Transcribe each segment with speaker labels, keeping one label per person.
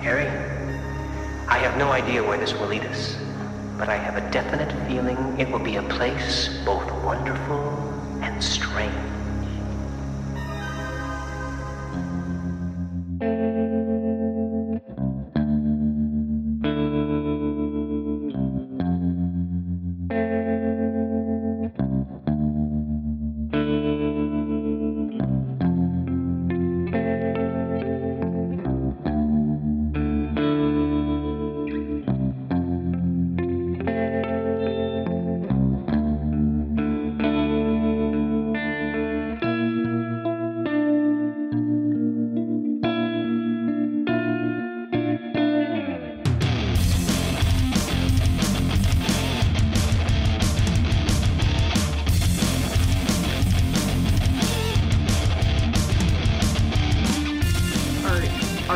Speaker 1: Harry, I have no idea where this will lead us, but I have a definite feeling it will be a place both wonderful and strange.
Speaker 2: Are,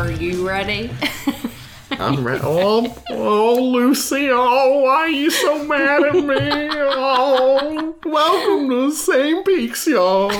Speaker 2: are you ready?
Speaker 3: I'm re- oh, oh, Lucy, oh, why are you so mad at me? Oh, welcome to the same peaks, y'all.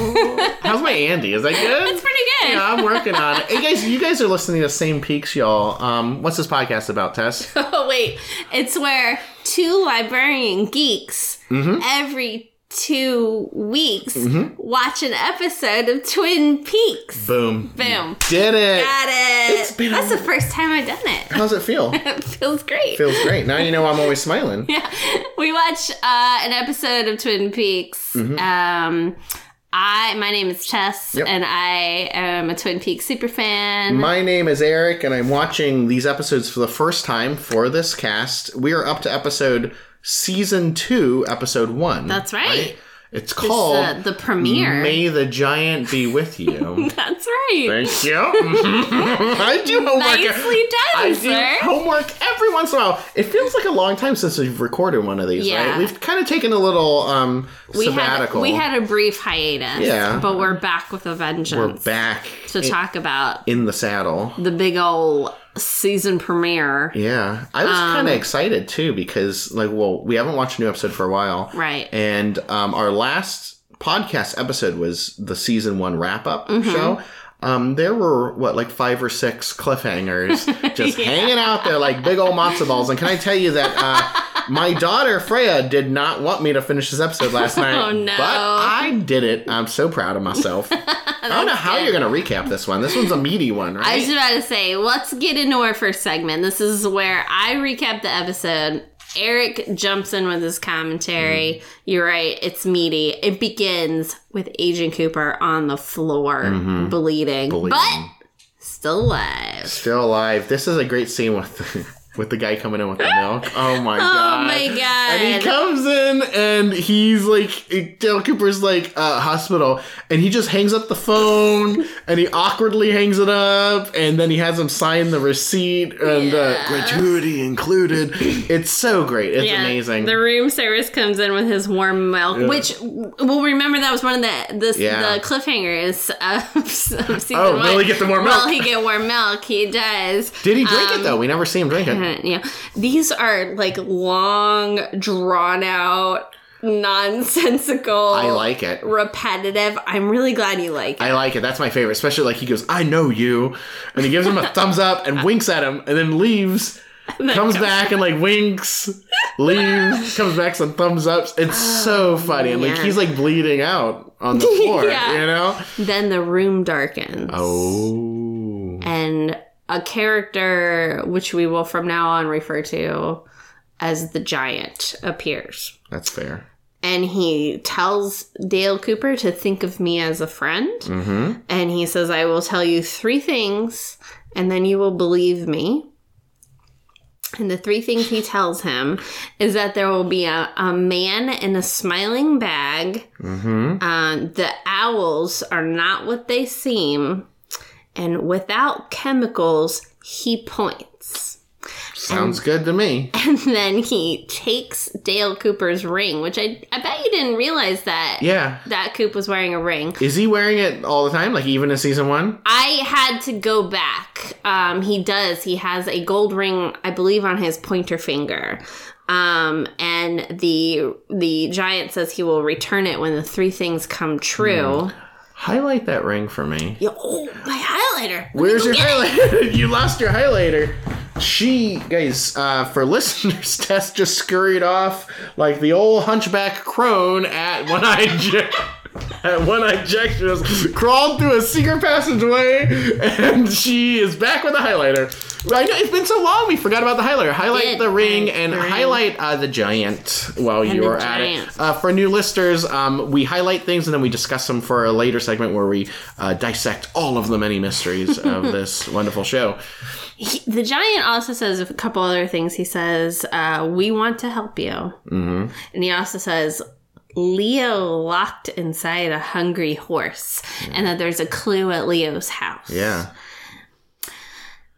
Speaker 3: How's my Andy? Is that good?
Speaker 2: It's pretty good.
Speaker 3: Yeah, I'm working on it. Hey guys, you guys are listening to Same Peaks, y'all. Um, what's this podcast about, Tess?
Speaker 2: oh, wait. It's where two librarian geeks
Speaker 3: Mm-hmm.
Speaker 2: every two weeks watch an episode of Twin Peaks.
Speaker 3: Boom.
Speaker 2: Boom.
Speaker 3: Did it.
Speaker 2: Got it.
Speaker 3: It's been a-
Speaker 2: That's the first time I've done it.
Speaker 3: How's it feel?
Speaker 2: It feels great.
Speaker 3: Feels great. Now you know I'm always smiling.
Speaker 2: yeah. We watch uh, an episode of Twin Peaks. Um, I my name is Tess,
Speaker 3: Mm-hmm. Yep.
Speaker 2: and I am a Twin Peaks super fan.
Speaker 3: My name is Eric, and I'm watching these episodes for the first time for this cast. We are up to episode season two, episode one.
Speaker 2: That's right.
Speaker 3: It's
Speaker 2: This is,
Speaker 3: called
Speaker 2: uh, the premiere.
Speaker 3: May the Giant Be With You.
Speaker 2: That's right.
Speaker 3: Thank you. I do homework. e-
Speaker 2: Nicely done,
Speaker 3: I do
Speaker 2: sir.
Speaker 3: homework every once in a while. It feels like a long time since we've recorded one of these,
Speaker 2: Yeah.
Speaker 3: right? We've kind of taken a little um,
Speaker 2: we had
Speaker 3: sabbatical.
Speaker 2: we had a brief hiatus,
Speaker 3: Yeah.
Speaker 2: but we're back with a vengeance
Speaker 3: We're back
Speaker 2: to talk about
Speaker 3: in the saddle.
Speaker 2: the big old season premiere.
Speaker 3: Yeah, I was kind
Speaker 2: Um,
Speaker 3: of excited too because, like, well, we haven't watched a new episode for a while,
Speaker 2: Right.
Speaker 3: And um, our last podcast episode was the season one wrap up
Speaker 2: Mm-hmm.
Speaker 3: show. Um, there were what like five or six cliffhangers just hanging out there like big old matzo balls. And can I tell you that uh, my daughter Freya did not want me to finish this episode last night,
Speaker 2: Oh, no.
Speaker 3: but I did it. I'm so proud of myself. I don't know how you're gonna recap this one. This one's a meaty one, right?
Speaker 2: I was about to say, let's get into our first segment. This is where I recap the episode. Eric jumps in with his commentary.
Speaker 3: Mm-hmm.
Speaker 2: You're right, it's meaty. It begins with Agent Cooper on the floor,
Speaker 3: Mm-hmm.
Speaker 2: bleeding, but still alive.
Speaker 3: Still alive. This is a great scene with with the guy coming in with the milk. Oh my god.
Speaker 2: Oh my
Speaker 3: And he
Speaker 2: god.
Speaker 3: comes in and he's like Dale Cooper's like uh, hospital and he just hangs up the phone and he awkwardly hangs it up and then he has him sign the receipt and uh, gratuity included. It's so great. It's
Speaker 2: Yeah,
Speaker 3: amazing.
Speaker 2: The room service comes in with his warm milk, which we'll remember that was one of the the,
Speaker 3: Yeah.
Speaker 2: the cliffhangers of, of season
Speaker 3: Oh, will
Speaker 2: one.
Speaker 3: he get the warm
Speaker 2: Will
Speaker 3: milk?
Speaker 2: he get warm milk? He does.
Speaker 3: Did he drink
Speaker 2: Um,
Speaker 3: it though? We never see him drink
Speaker 2: Uh,
Speaker 3: it.
Speaker 2: yeah these are like long drawn out nonsensical
Speaker 3: I like it.
Speaker 2: repetitive i'm really glad you like it
Speaker 3: I like it. That's my favorite. Especially like he goes, I know you. And he gives him a thumbs up and winks at him and then leaves. comes back and like winks, leaves, comes back some thumbs ups. It's so funny. And like
Speaker 2: man.
Speaker 3: he's like bleeding out on the floor,
Speaker 2: Yeah.
Speaker 3: you know?
Speaker 2: then the room darkens
Speaker 3: Oh.
Speaker 2: and a character which we will from now on refer to as the giant appears
Speaker 3: That's fair.
Speaker 2: and he tells Dale Cooper to think of me as a friend.
Speaker 3: Mm-hmm.
Speaker 2: And he says, I will tell you three things, and then you will believe me. And the three things he tells him is that there will be a, a man in a smiling bag.
Speaker 3: Mm-hmm.
Speaker 2: Um, the owls are not what they seem. And without chemicals, he points.
Speaker 3: Sounds good to me.
Speaker 2: And then he takes Dale Cooper's ring, which I, I bet you didn't realize that
Speaker 3: Yeah.
Speaker 2: that Coop was wearing a ring.
Speaker 3: Is he wearing it all the time? Like even in season one?
Speaker 2: I had to go back. Um, he does. He has a gold ring, I believe, on his pointer finger. Um, and the the giant says he will return
Speaker 3: Hmm.
Speaker 2: it when the three things come true.
Speaker 3: Highlight that ring for me.
Speaker 2: Yo, oh, my highlighter?
Speaker 3: Where's your highlighter? you lost your highlighter. She, guys, uh, for listeners, Tess just scurried off like the old hunchback crone at One Eye Jack. At One Eye Jack, she just crawled through a secret passageway, and she is back with a highlighter. I know it's been so long, we forgot about the highlighter. Highlight
Speaker 2: Did,
Speaker 3: the ring
Speaker 2: uh,
Speaker 3: and
Speaker 2: the ring.
Speaker 3: highlight uh, the giant while
Speaker 2: And
Speaker 3: you
Speaker 2: the
Speaker 3: are at it.
Speaker 2: giant.
Speaker 3: Uh, for new listeners, um, we highlight things and then we discuss them for a later segment where we uh, dissect all of the many mysteries of this wonderful show.
Speaker 2: He- the giant also says a couple other things. He says, uh, "We want to help you," mm-hmm. and he also says. Leo locked inside a hungry horse, and that there's a clue at Leo's house.
Speaker 3: Yeah.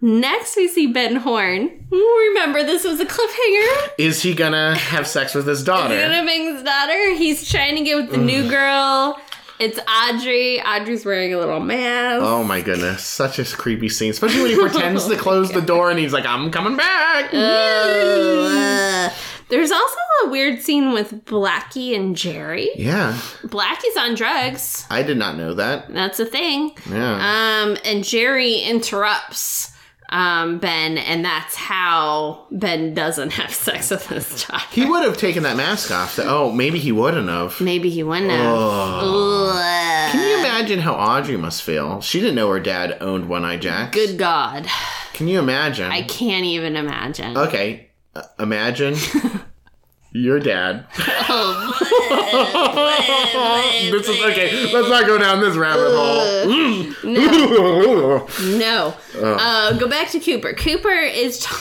Speaker 2: Next, we see Ben Horn. Remember, this was a cliffhanger.
Speaker 3: Is he gonna have sex with his daughter?
Speaker 2: He's gonna bang his daughter. He's trying to get with the new girl. It's Audrey. Audrey's wearing a little mask.
Speaker 3: Oh my goodness, such a creepy scene, especially when he pretends
Speaker 2: Oh
Speaker 3: to close the door and he's like, I'm coming back. Oh.
Speaker 2: Uh, there's also a weird scene with Blackie and Jerry.
Speaker 3: Yeah,
Speaker 2: Blackie's on drugs.
Speaker 3: I did not know that.
Speaker 2: That's a thing.
Speaker 3: Yeah.
Speaker 2: Um, and Jerry interrupts um, Ben, and that's how Ben doesn't have sex with his daughter.
Speaker 3: he would have taken that mask off. though. oh, maybe he wouldn't have.
Speaker 2: Maybe he wouldn't have. Ugh.
Speaker 3: Can you imagine how Audrey must feel? She didn't know her dad owned One Eye Jack.
Speaker 2: Good God.
Speaker 3: Can you imagine?
Speaker 2: I can't even imagine.
Speaker 3: Okay, uh, imagine your dad.
Speaker 2: Oh,
Speaker 3: this is okay. Let's not go down this rabbit hole. Mm.
Speaker 2: No. Uh, go back to Cooper. Cooper is t-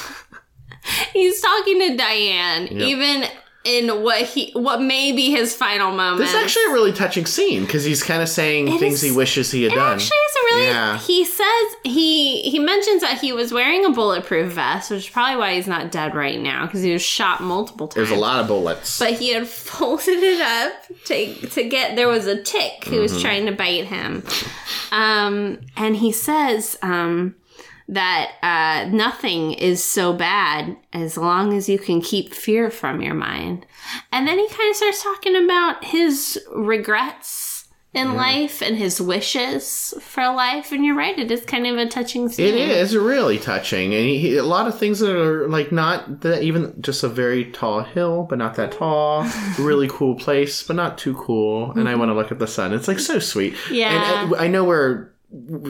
Speaker 2: he's talking to Diane, even in what he what may be his final moment.
Speaker 3: This is actually a really touching scene because he's kind of saying things
Speaker 2: is-
Speaker 3: he wishes he had
Speaker 2: It
Speaker 3: done.
Speaker 2: actually is a really.
Speaker 3: Yeah.
Speaker 2: He says he he mentions that he was wearing a bulletproof vest, which is probably why he's not dead right now because he was shot multiple times.
Speaker 3: There's a lot of bullets.
Speaker 2: but he had folded it up to to get there was a tick who
Speaker 3: Mm-hmm.
Speaker 2: was trying to bite him um and he says um that uh, nothing is so bad as long as you can keep fear from your mind. And then he kind of starts talking about his regrets in life and his wishes for life. And you're right, it is kind of a touching
Speaker 3: it
Speaker 2: scene.
Speaker 3: is really touching, and he, he- a lot of things that are like not that even just a very tall hill, but not that tall. really cool place, but not too cool. And I want to look at the sun. It's like so sweet.
Speaker 2: Mm-hmm. Yeah.
Speaker 3: And uh, I, I know we're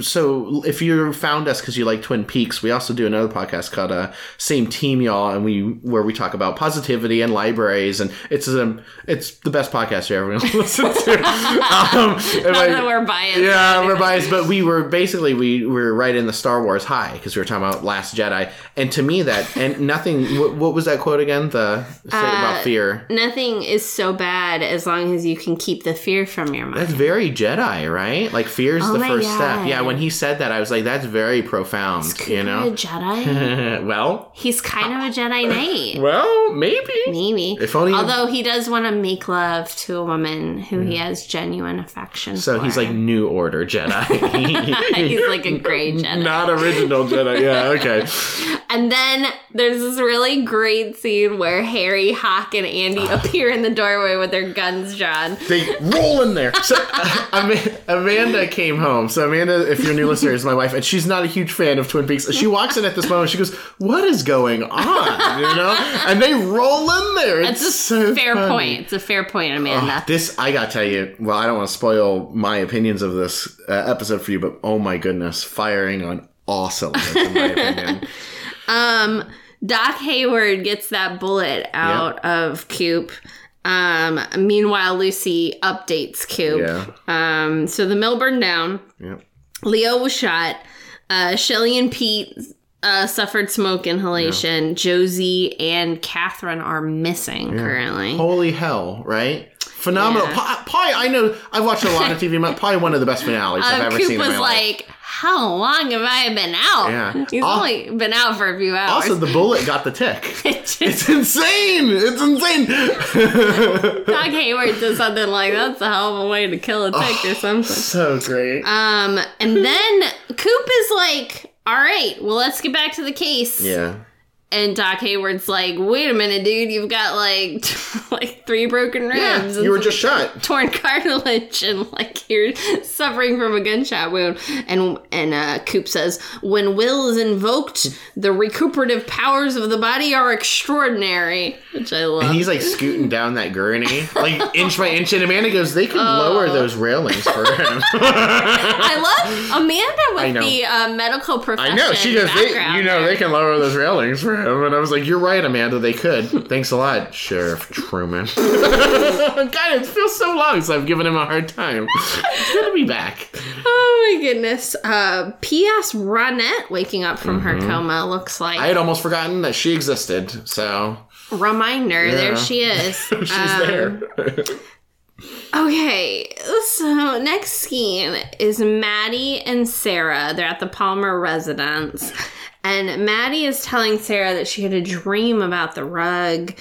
Speaker 3: so if you found us because you like twin peaks we also do another podcast called uh, same team y'all and we where we talk about positivity and libraries and it's um it's the best podcast you're ever gonna listen to um, if
Speaker 2: Not
Speaker 3: I-
Speaker 2: that we're biased.
Speaker 3: yeah we're biased but we were basically we were right in the star wars high because we were talking about last jedi and to me that and nothing what, what was that quote again the say
Speaker 2: Uh,
Speaker 3: about fear
Speaker 2: Nothing is so bad as long as you can keep the fear from your mind.
Speaker 3: That's very Jedi, right? Like fear's
Speaker 2: Oh
Speaker 3: the
Speaker 2: my
Speaker 3: first step.
Speaker 2: God.
Speaker 3: Yeah, when he said that, I was like, that's very profound. you
Speaker 2: a
Speaker 3: know?
Speaker 2: Jedi?
Speaker 3: well,
Speaker 2: He's kind of a Jedi Knight.
Speaker 3: well, maybe.
Speaker 2: Maybe.
Speaker 3: If only-
Speaker 2: Although he does want to make love to a woman who he has genuine affection
Speaker 3: So
Speaker 2: for.
Speaker 3: he's like New Order Jedi,
Speaker 2: he's like a great Jedi.
Speaker 3: not original Jedi. Yeah, okay.
Speaker 2: And then there's this really great scene where Harry, Hawk, and Andy
Speaker 3: Ah.
Speaker 2: appear in the doorway with their guns drawn.
Speaker 3: They roll in there. So Ama- Amanda came home. So Amanda, if you're a new listener, is my wife, and she's not a huge fan of Twin Peaks. She walks in at this moment. She goes, "What is going on?" You know, and they roll in there. It's
Speaker 2: It's a
Speaker 3: so
Speaker 2: fair
Speaker 3: funny. Ah,
Speaker 2: point. It's a fair point, Amanda.
Speaker 3: This I gotta tell you. Well, I don't want to spoil my opinions of this uh, episode for you, but oh my goodness, firing on all cylinders in my opinion.
Speaker 2: Um, Doc Hayward gets that bullet out of Coop. Um, meanwhile, Lucy updates Coop.
Speaker 3: Yeah,
Speaker 2: Um, so the mill burned down.
Speaker 3: yeah.
Speaker 2: Leo was shot. Uh, Shelly and Pete uh, suffered smoke inhalation. Josie and Catherine are missing currently.
Speaker 3: Holy hell, right? Phenomenal.
Speaker 2: Yeah.
Speaker 3: Pa- Probably, I know I've watched a lot of TV. but Probably one of the best finales I've
Speaker 2: Uh,
Speaker 3: ever
Speaker 2: Coop
Speaker 3: seen.
Speaker 2: was
Speaker 3: in my life.
Speaker 2: like, "How long have I been out?
Speaker 3: Yeah.
Speaker 2: He's
Speaker 3: Al-
Speaker 2: only been out for a few hours."
Speaker 3: Also, the bullet got the tick. It's insane. It's insane.
Speaker 2: Doc Hayward said something like, "That's a hell of a way to kill a tick or something."
Speaker 3: so great.
Speaker 2: Um, and then Coop is like, "All right, well, let's get back to the case."
Speaker 3: yeah.
Speaker 2: And Doc Hayward's like, wait a minute, dude, you've got like like three broken ribs.
Speaker 3: Yeah,
Speaker 2: and
Speaker 3: you were
Speaker 2: some
Speaker 3: just shot.
Speaker 2: torn cartilage and like you're suffering from a gunshot wound. And and uh, Coop says, when will is invoked, the recuperative powers of the body are extraordinary, which I love.
Speaker 3: And he's like scooting down that gurney, like inch by inch. And Amanda goes, they could
Speaker 2: Oh.
Speaker 3: lower those railings for him.
Speaker 2: I love Amanda with
Speaker 3: I know.
Speaker 2: the uh, medical profession.
Speaker 3: I know. She goes, they,
Speaker 2: background
Speaker 3: you know,
Speaker 2: there.
Speaker 3: they can lower those railings for him. And I was like, you're right, Amanda, they could. Thanks a lot, Sheriff Truman. God, it feels so long so I've given him a hard time. It's good to be back.
Speaker 2: Oh my goodness. Uh, P.S. Ronette waking up from her coma looks like.
Speaker 3: Mm-hmm. I had almost forgotten that she existed, so
Speaker 2: Reminder, there
Speaker 3: Yeah.
Speaker 2: she is.
Speaker 3: she's
Speaker 2: Um,
Speaker 3: there.
Speaker 2: Okay, so next scene is Maddie and Sarah. They're at the Palmer residence, and Maddie is telling Sarah that she had a dream about the rug.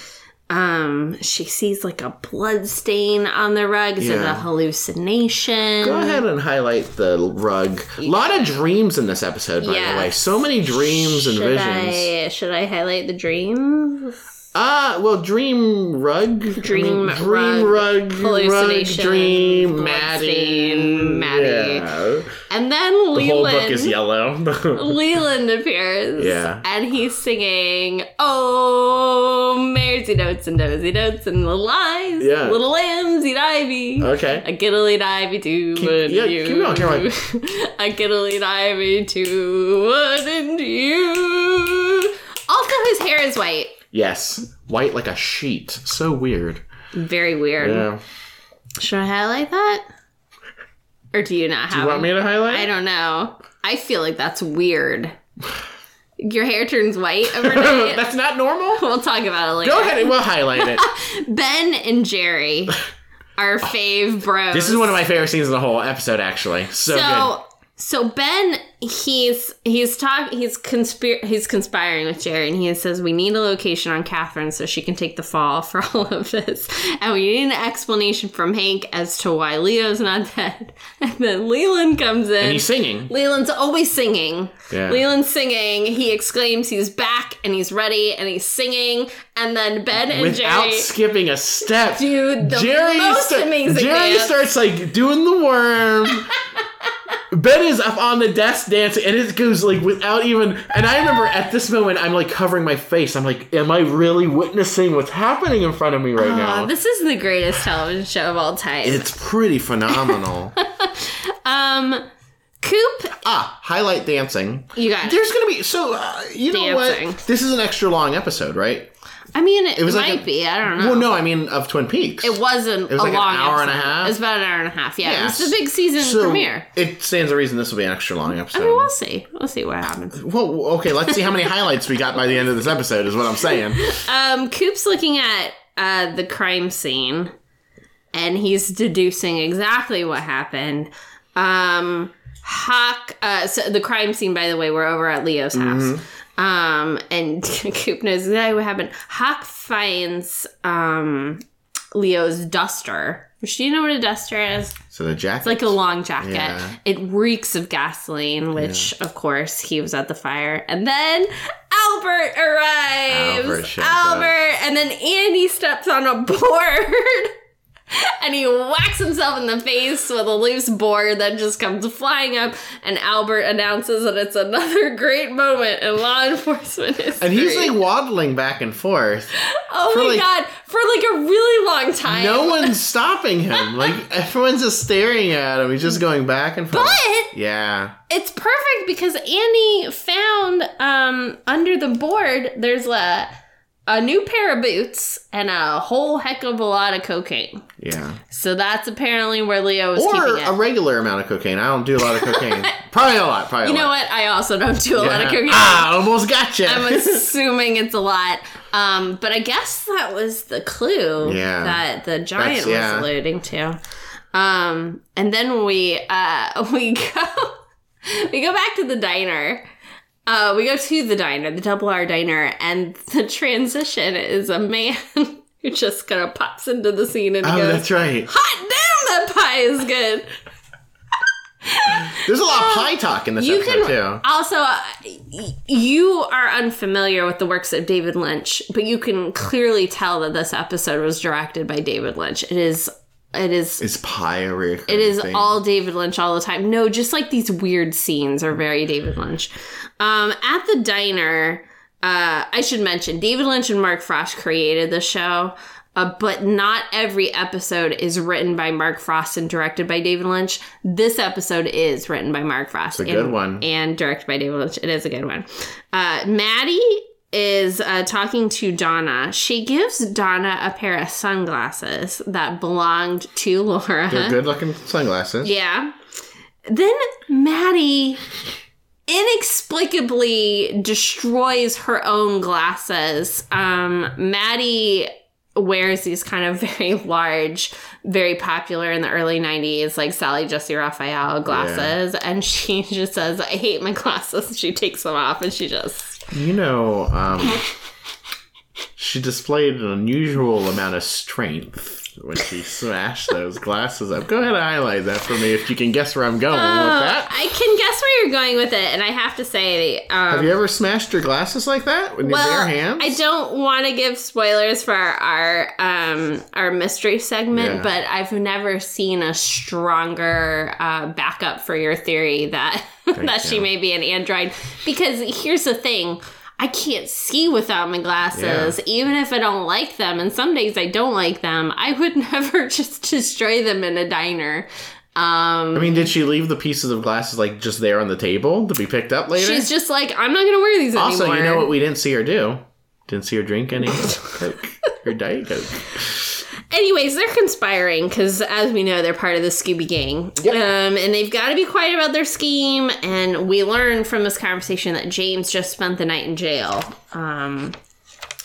Speaker 2: Um, she sees like a blood stain on the rug. Is it
Speaker 3: Yeah.
Speaker 2: a hallucination?
Speaker 3: Go ahead and highlight the rug. A lot of dreams in this episode, by
Speaker 2: Yeah.
Speaker 3: the way. So many dreams and
Speaker 2: should
Speaker 3: visions.
Speaker 2: I, should I highlight the dreams?
Speaker 3: Ah, well, dream rug,
Speaker 2: Dream
Speaker 3: I dream rug, rug
Speaker 2: hallucination,
Speaker 3: dream,
Speaker 2: blood
Speaker 3: Maddie,
Speaker 2: stain, Maddie.
Speaker 3: Yeah.
Speaker 2: And then
Speaker 3: The
Speaker 2: Leland.
Speaker 3: whole book is yellow.
Speaker 2: Leland appears.
Speaker 3: Yeah.
Speaker 2: And he's singing, Oh, Mersey Notes and Dozy Notes and Little Eyes,
Speaker 3: Yeah.
Speaker 2: Little Lambs Eat Ivy.
Speaker 3: okay,
Speaker 2: A giddly ivy too,
Speaker 3: Keep-
Speaker 2: wouldn't
Speaker 3: yeah,
Speaker 2: you?
Speaker 3: keep going, keep going.
Speaker 2: a giddly ivy too, wouldn't you? Also, his hair is white.
Speaker 3: yes, white like a sheet. So weird.
Speaker 2: Very weird.
Speaker 3: Yeah.
Speaker 2: Should I highlight that? Or do you not have
Speaker 3: You want
Speaker 2: it?
Speaker 3: me to highlight?
Speaker 2: I don't know. I feel like that's weird. Your hair turns white overnight.
Speaker 3: That's not normal.
Speaker 2: We'll talk about it later.
Speaker 3: Go ahead and we'll highlight it.
Speaker 2: Ben and Jerry, our fave bros.
Speaker 3: this is one of my favorite scenes in the whole episode, actually. So,
Speaker 2: so so Ben he's he's talk he's conspir he's conspiring with Jerry and he says we need a location on Catherine so she can take the fall for all of this and we need an explanation from Hank as to why Leo's not dead and then Leland comes in.
Speaker 3: good. He's singing.
Speaker 2: Leland's always singing.
Speaker 3: Yeah.
Speaker 2: Leland's singing. He exclaims he's back and he's ready and he's singing. And then Ben and
Speaker 3: Without
Speaker 2: Jerry.
Speaker 3: skipping a step,
Speaker 2: Dude, the most
Speaker 3: sta-
Speaker 2: amazing
Speaker 3: Jerry
Speaker 2: dance.
Speaker 3: starts like doing the worm. ben is up on the desk dancing, and it goes like without even. And I remember at this moment, I'm like covering my face. I'm like, am I really witnessing what's happening in front of me right
Speaker 2: Aw,
Speaker 3: now?
Speaker 2: Ah, this is the greatest television show of all time.
Speaker 3: it's pretty phenomenal.
Speaker 2: um, Coop,
Speaker 3: ah, highlight dancing.
Speaker 2: you got. it.
Speaker 3: There's gonna be so uh, you know
Speaker 2: Dancing.
Speaker 3: what? This is an extra long episode, right?
Speaker 2: I mean, it,
Speaker 3: was like
Speaker 2: might
Speaker 3: a-
Speaker 2: be. I don't know.
Speaker 3: Well, no, I mean of Twin Peaks.
Speaker 2: it wasn't
Speaker 3: was
Speaker 2: a
Speaker 3: like an
Speaker 2: long
Speaker 3: hour and a
Speaker 2: episode.
Speaker 3: half?
Speaker 2: It was about an hour and a half. Yeah,
Speaker 3: Yeah,
Speaker 2: it's a big season
Speaker 3: so
Speaker 2: premiere.
Speaker 3: It stands a reason this will be an extra long episode.
Speaker 2: I mean, we'll see. We'll see what happens.
Speaker 3: Well, okay, let's see how many highlights we got by the end of this episode, is what I'm saying.
Speaker 2: Um, Coop's looking at uh, the crime scene, and he's deducing exactly what happened. Um, Hawk. Uh, so the crime scene, by the way, we're over at Leo's house. Um, and Coop knows exactly what happened. Hawk finds um, Leo's duster. Which, do you know what a duster is?
Speaker 3: So the jacket.
Speaker 2: like a long jacket.
Speaker 3: Yeah.
Speaker 2: It reeks of gasoline, which of course he was at the fire. And then Albert arrives.
Speaker 3: Albert shows
Speaker 2: Albert, and then Andy steps on a board. And he whacks himself in the face with a loose board that just comes flying up. And Albert announces that it's another great moment in law enforcement history.
Speaker 3: and he's like waddling back and forth.
Speaker 2: "Oh
Speaker 3: for,
Speaker 2: my
Speaker 3: like-
Speaker 2: god!" For like a really long time.
Speaker 3: No one's stopping him. Like everyone's just staring at him. He's just going back and forth.
Speaker 2: but
Speaker 3: yeah.
Speaker 2: it's perfect because Andy found um, under the board there's a a new pair of boots and a whole heck of a lot of cocaine.
Speaker 3: Yeah.
Speaker 2: So that's apparently where Leo is
Speaker 3: Or
Speaker 2: keeping it.
Speaker 3: a regular amount of cocaine. I don't do a lot of cocaine. probably a lot, probably
Speaker 2: you
Speaker 3: a
Speaker 2: know
Speaker 3: lot.
Speaker 2: what? I also don't do a lot of
Speaker 3: Yeah.
Speaker 2: cocaine.
Speaker 3: Ah, almost gotcha.
Speaker 2: I'm assuming it's a lot. Um, but I guess that was the clue
Speaker 3: Yeah.
Speaker 2: that the giant
Speaker 3: That's- yeah.
Speaker 2: was alluding to. Um, and then we uh, we go we go back to the diner. Uh, we go to the diner, the double R diner, and the transition is a man who just kind of pops into the scene and
Speaker 3: oh,
Speaker 2: goes,
Speaker 3: that's right.
Speaker 2: Hot damn, that pie is good.
Speaker 3: There's a lot of pie talk in this
Speaker 2: Um, You
Speaker 3: episode
Speaker 2: can
Speaker 3: too.
Speaker 2: also uh, y- you are unfamiliar with the works of David Lynch, but you can clearly tell that this episode was directed by David Lynch. It is it is
Speaker 3: It's pie a reoccurring
Speaker 2: it is
Speaker 3: thing?
Speaker 2: all David Lynch all the time. No, just like these weird scenes are very David Lynch. Um, at the diner, uh, I should mention David Lynch and Mark Frost created the show, uh, but not every episode is written by Mark Frost and directed by David Lynch. This episode is written by Mark Frost.
Speaker 3: It's a good
Speaker 2: and-
Speaker 3: one.
Speaker 2: and directed by David Lynch. It is a good one. Uh, Maddie is uh, talking to Donna. She gives Donna a pair of sunglasses that belonged to Laura.
Speaker 3: They're good looking sunglasses.
Speaker 2: Yeah. Then Maddie inexplicably destroys her own glasses. Um, Maddie wears these kind of very large, very popular in the early 90s, like Sally Jesse Raphael glasses. And she just says, I hate my glasses. She takes them off and she just.
Speaker 3: You know, um, she displayed an unusual amount of strength when she smashed those glasses up. Go ahead and highlight that for me if you can guess where I'm going
Speaker 2: Uh,
Speaker 3: with that.
Speaker 2: Oh, I can guess where you're going with it. And I have to say, um,
Speaker 3: Have you ever smashed your glasses like that with your bare hands?
Speaker 2: I don't want to give spoilers for our um our mystery segment,
Speaker 3: Yeah.
Speaker 2: but I've never seen a stronger uh, backup for your theory that that she
Speaker 3: you.
Speaker 2: may be an android. Because here's the thing. I can't see without my glasses, even if I don't like them. And some days I don't like them. I would never just destroy them in a diner. Um,
Speaker 3: I mean, did she leave the pieces of glasses like just there on the table to be picked up later?
Speaker 2: she's just like, I'm not going to wear these
Speaker 3: also,
Speaker 2: anymore.
Speaker 3: you know what we didn't see her do? Didn't see her drink any Coke. Her diet Coke.
Speaker 2: Anyways, they're conspiring because, as we know, they're part of the Scooby Gang.
Speaker 3: Yep.
Speaker 2: Um, and they've got to be quiet about their scheme. And we learn from this conversation that James just spent the night in jail. Um,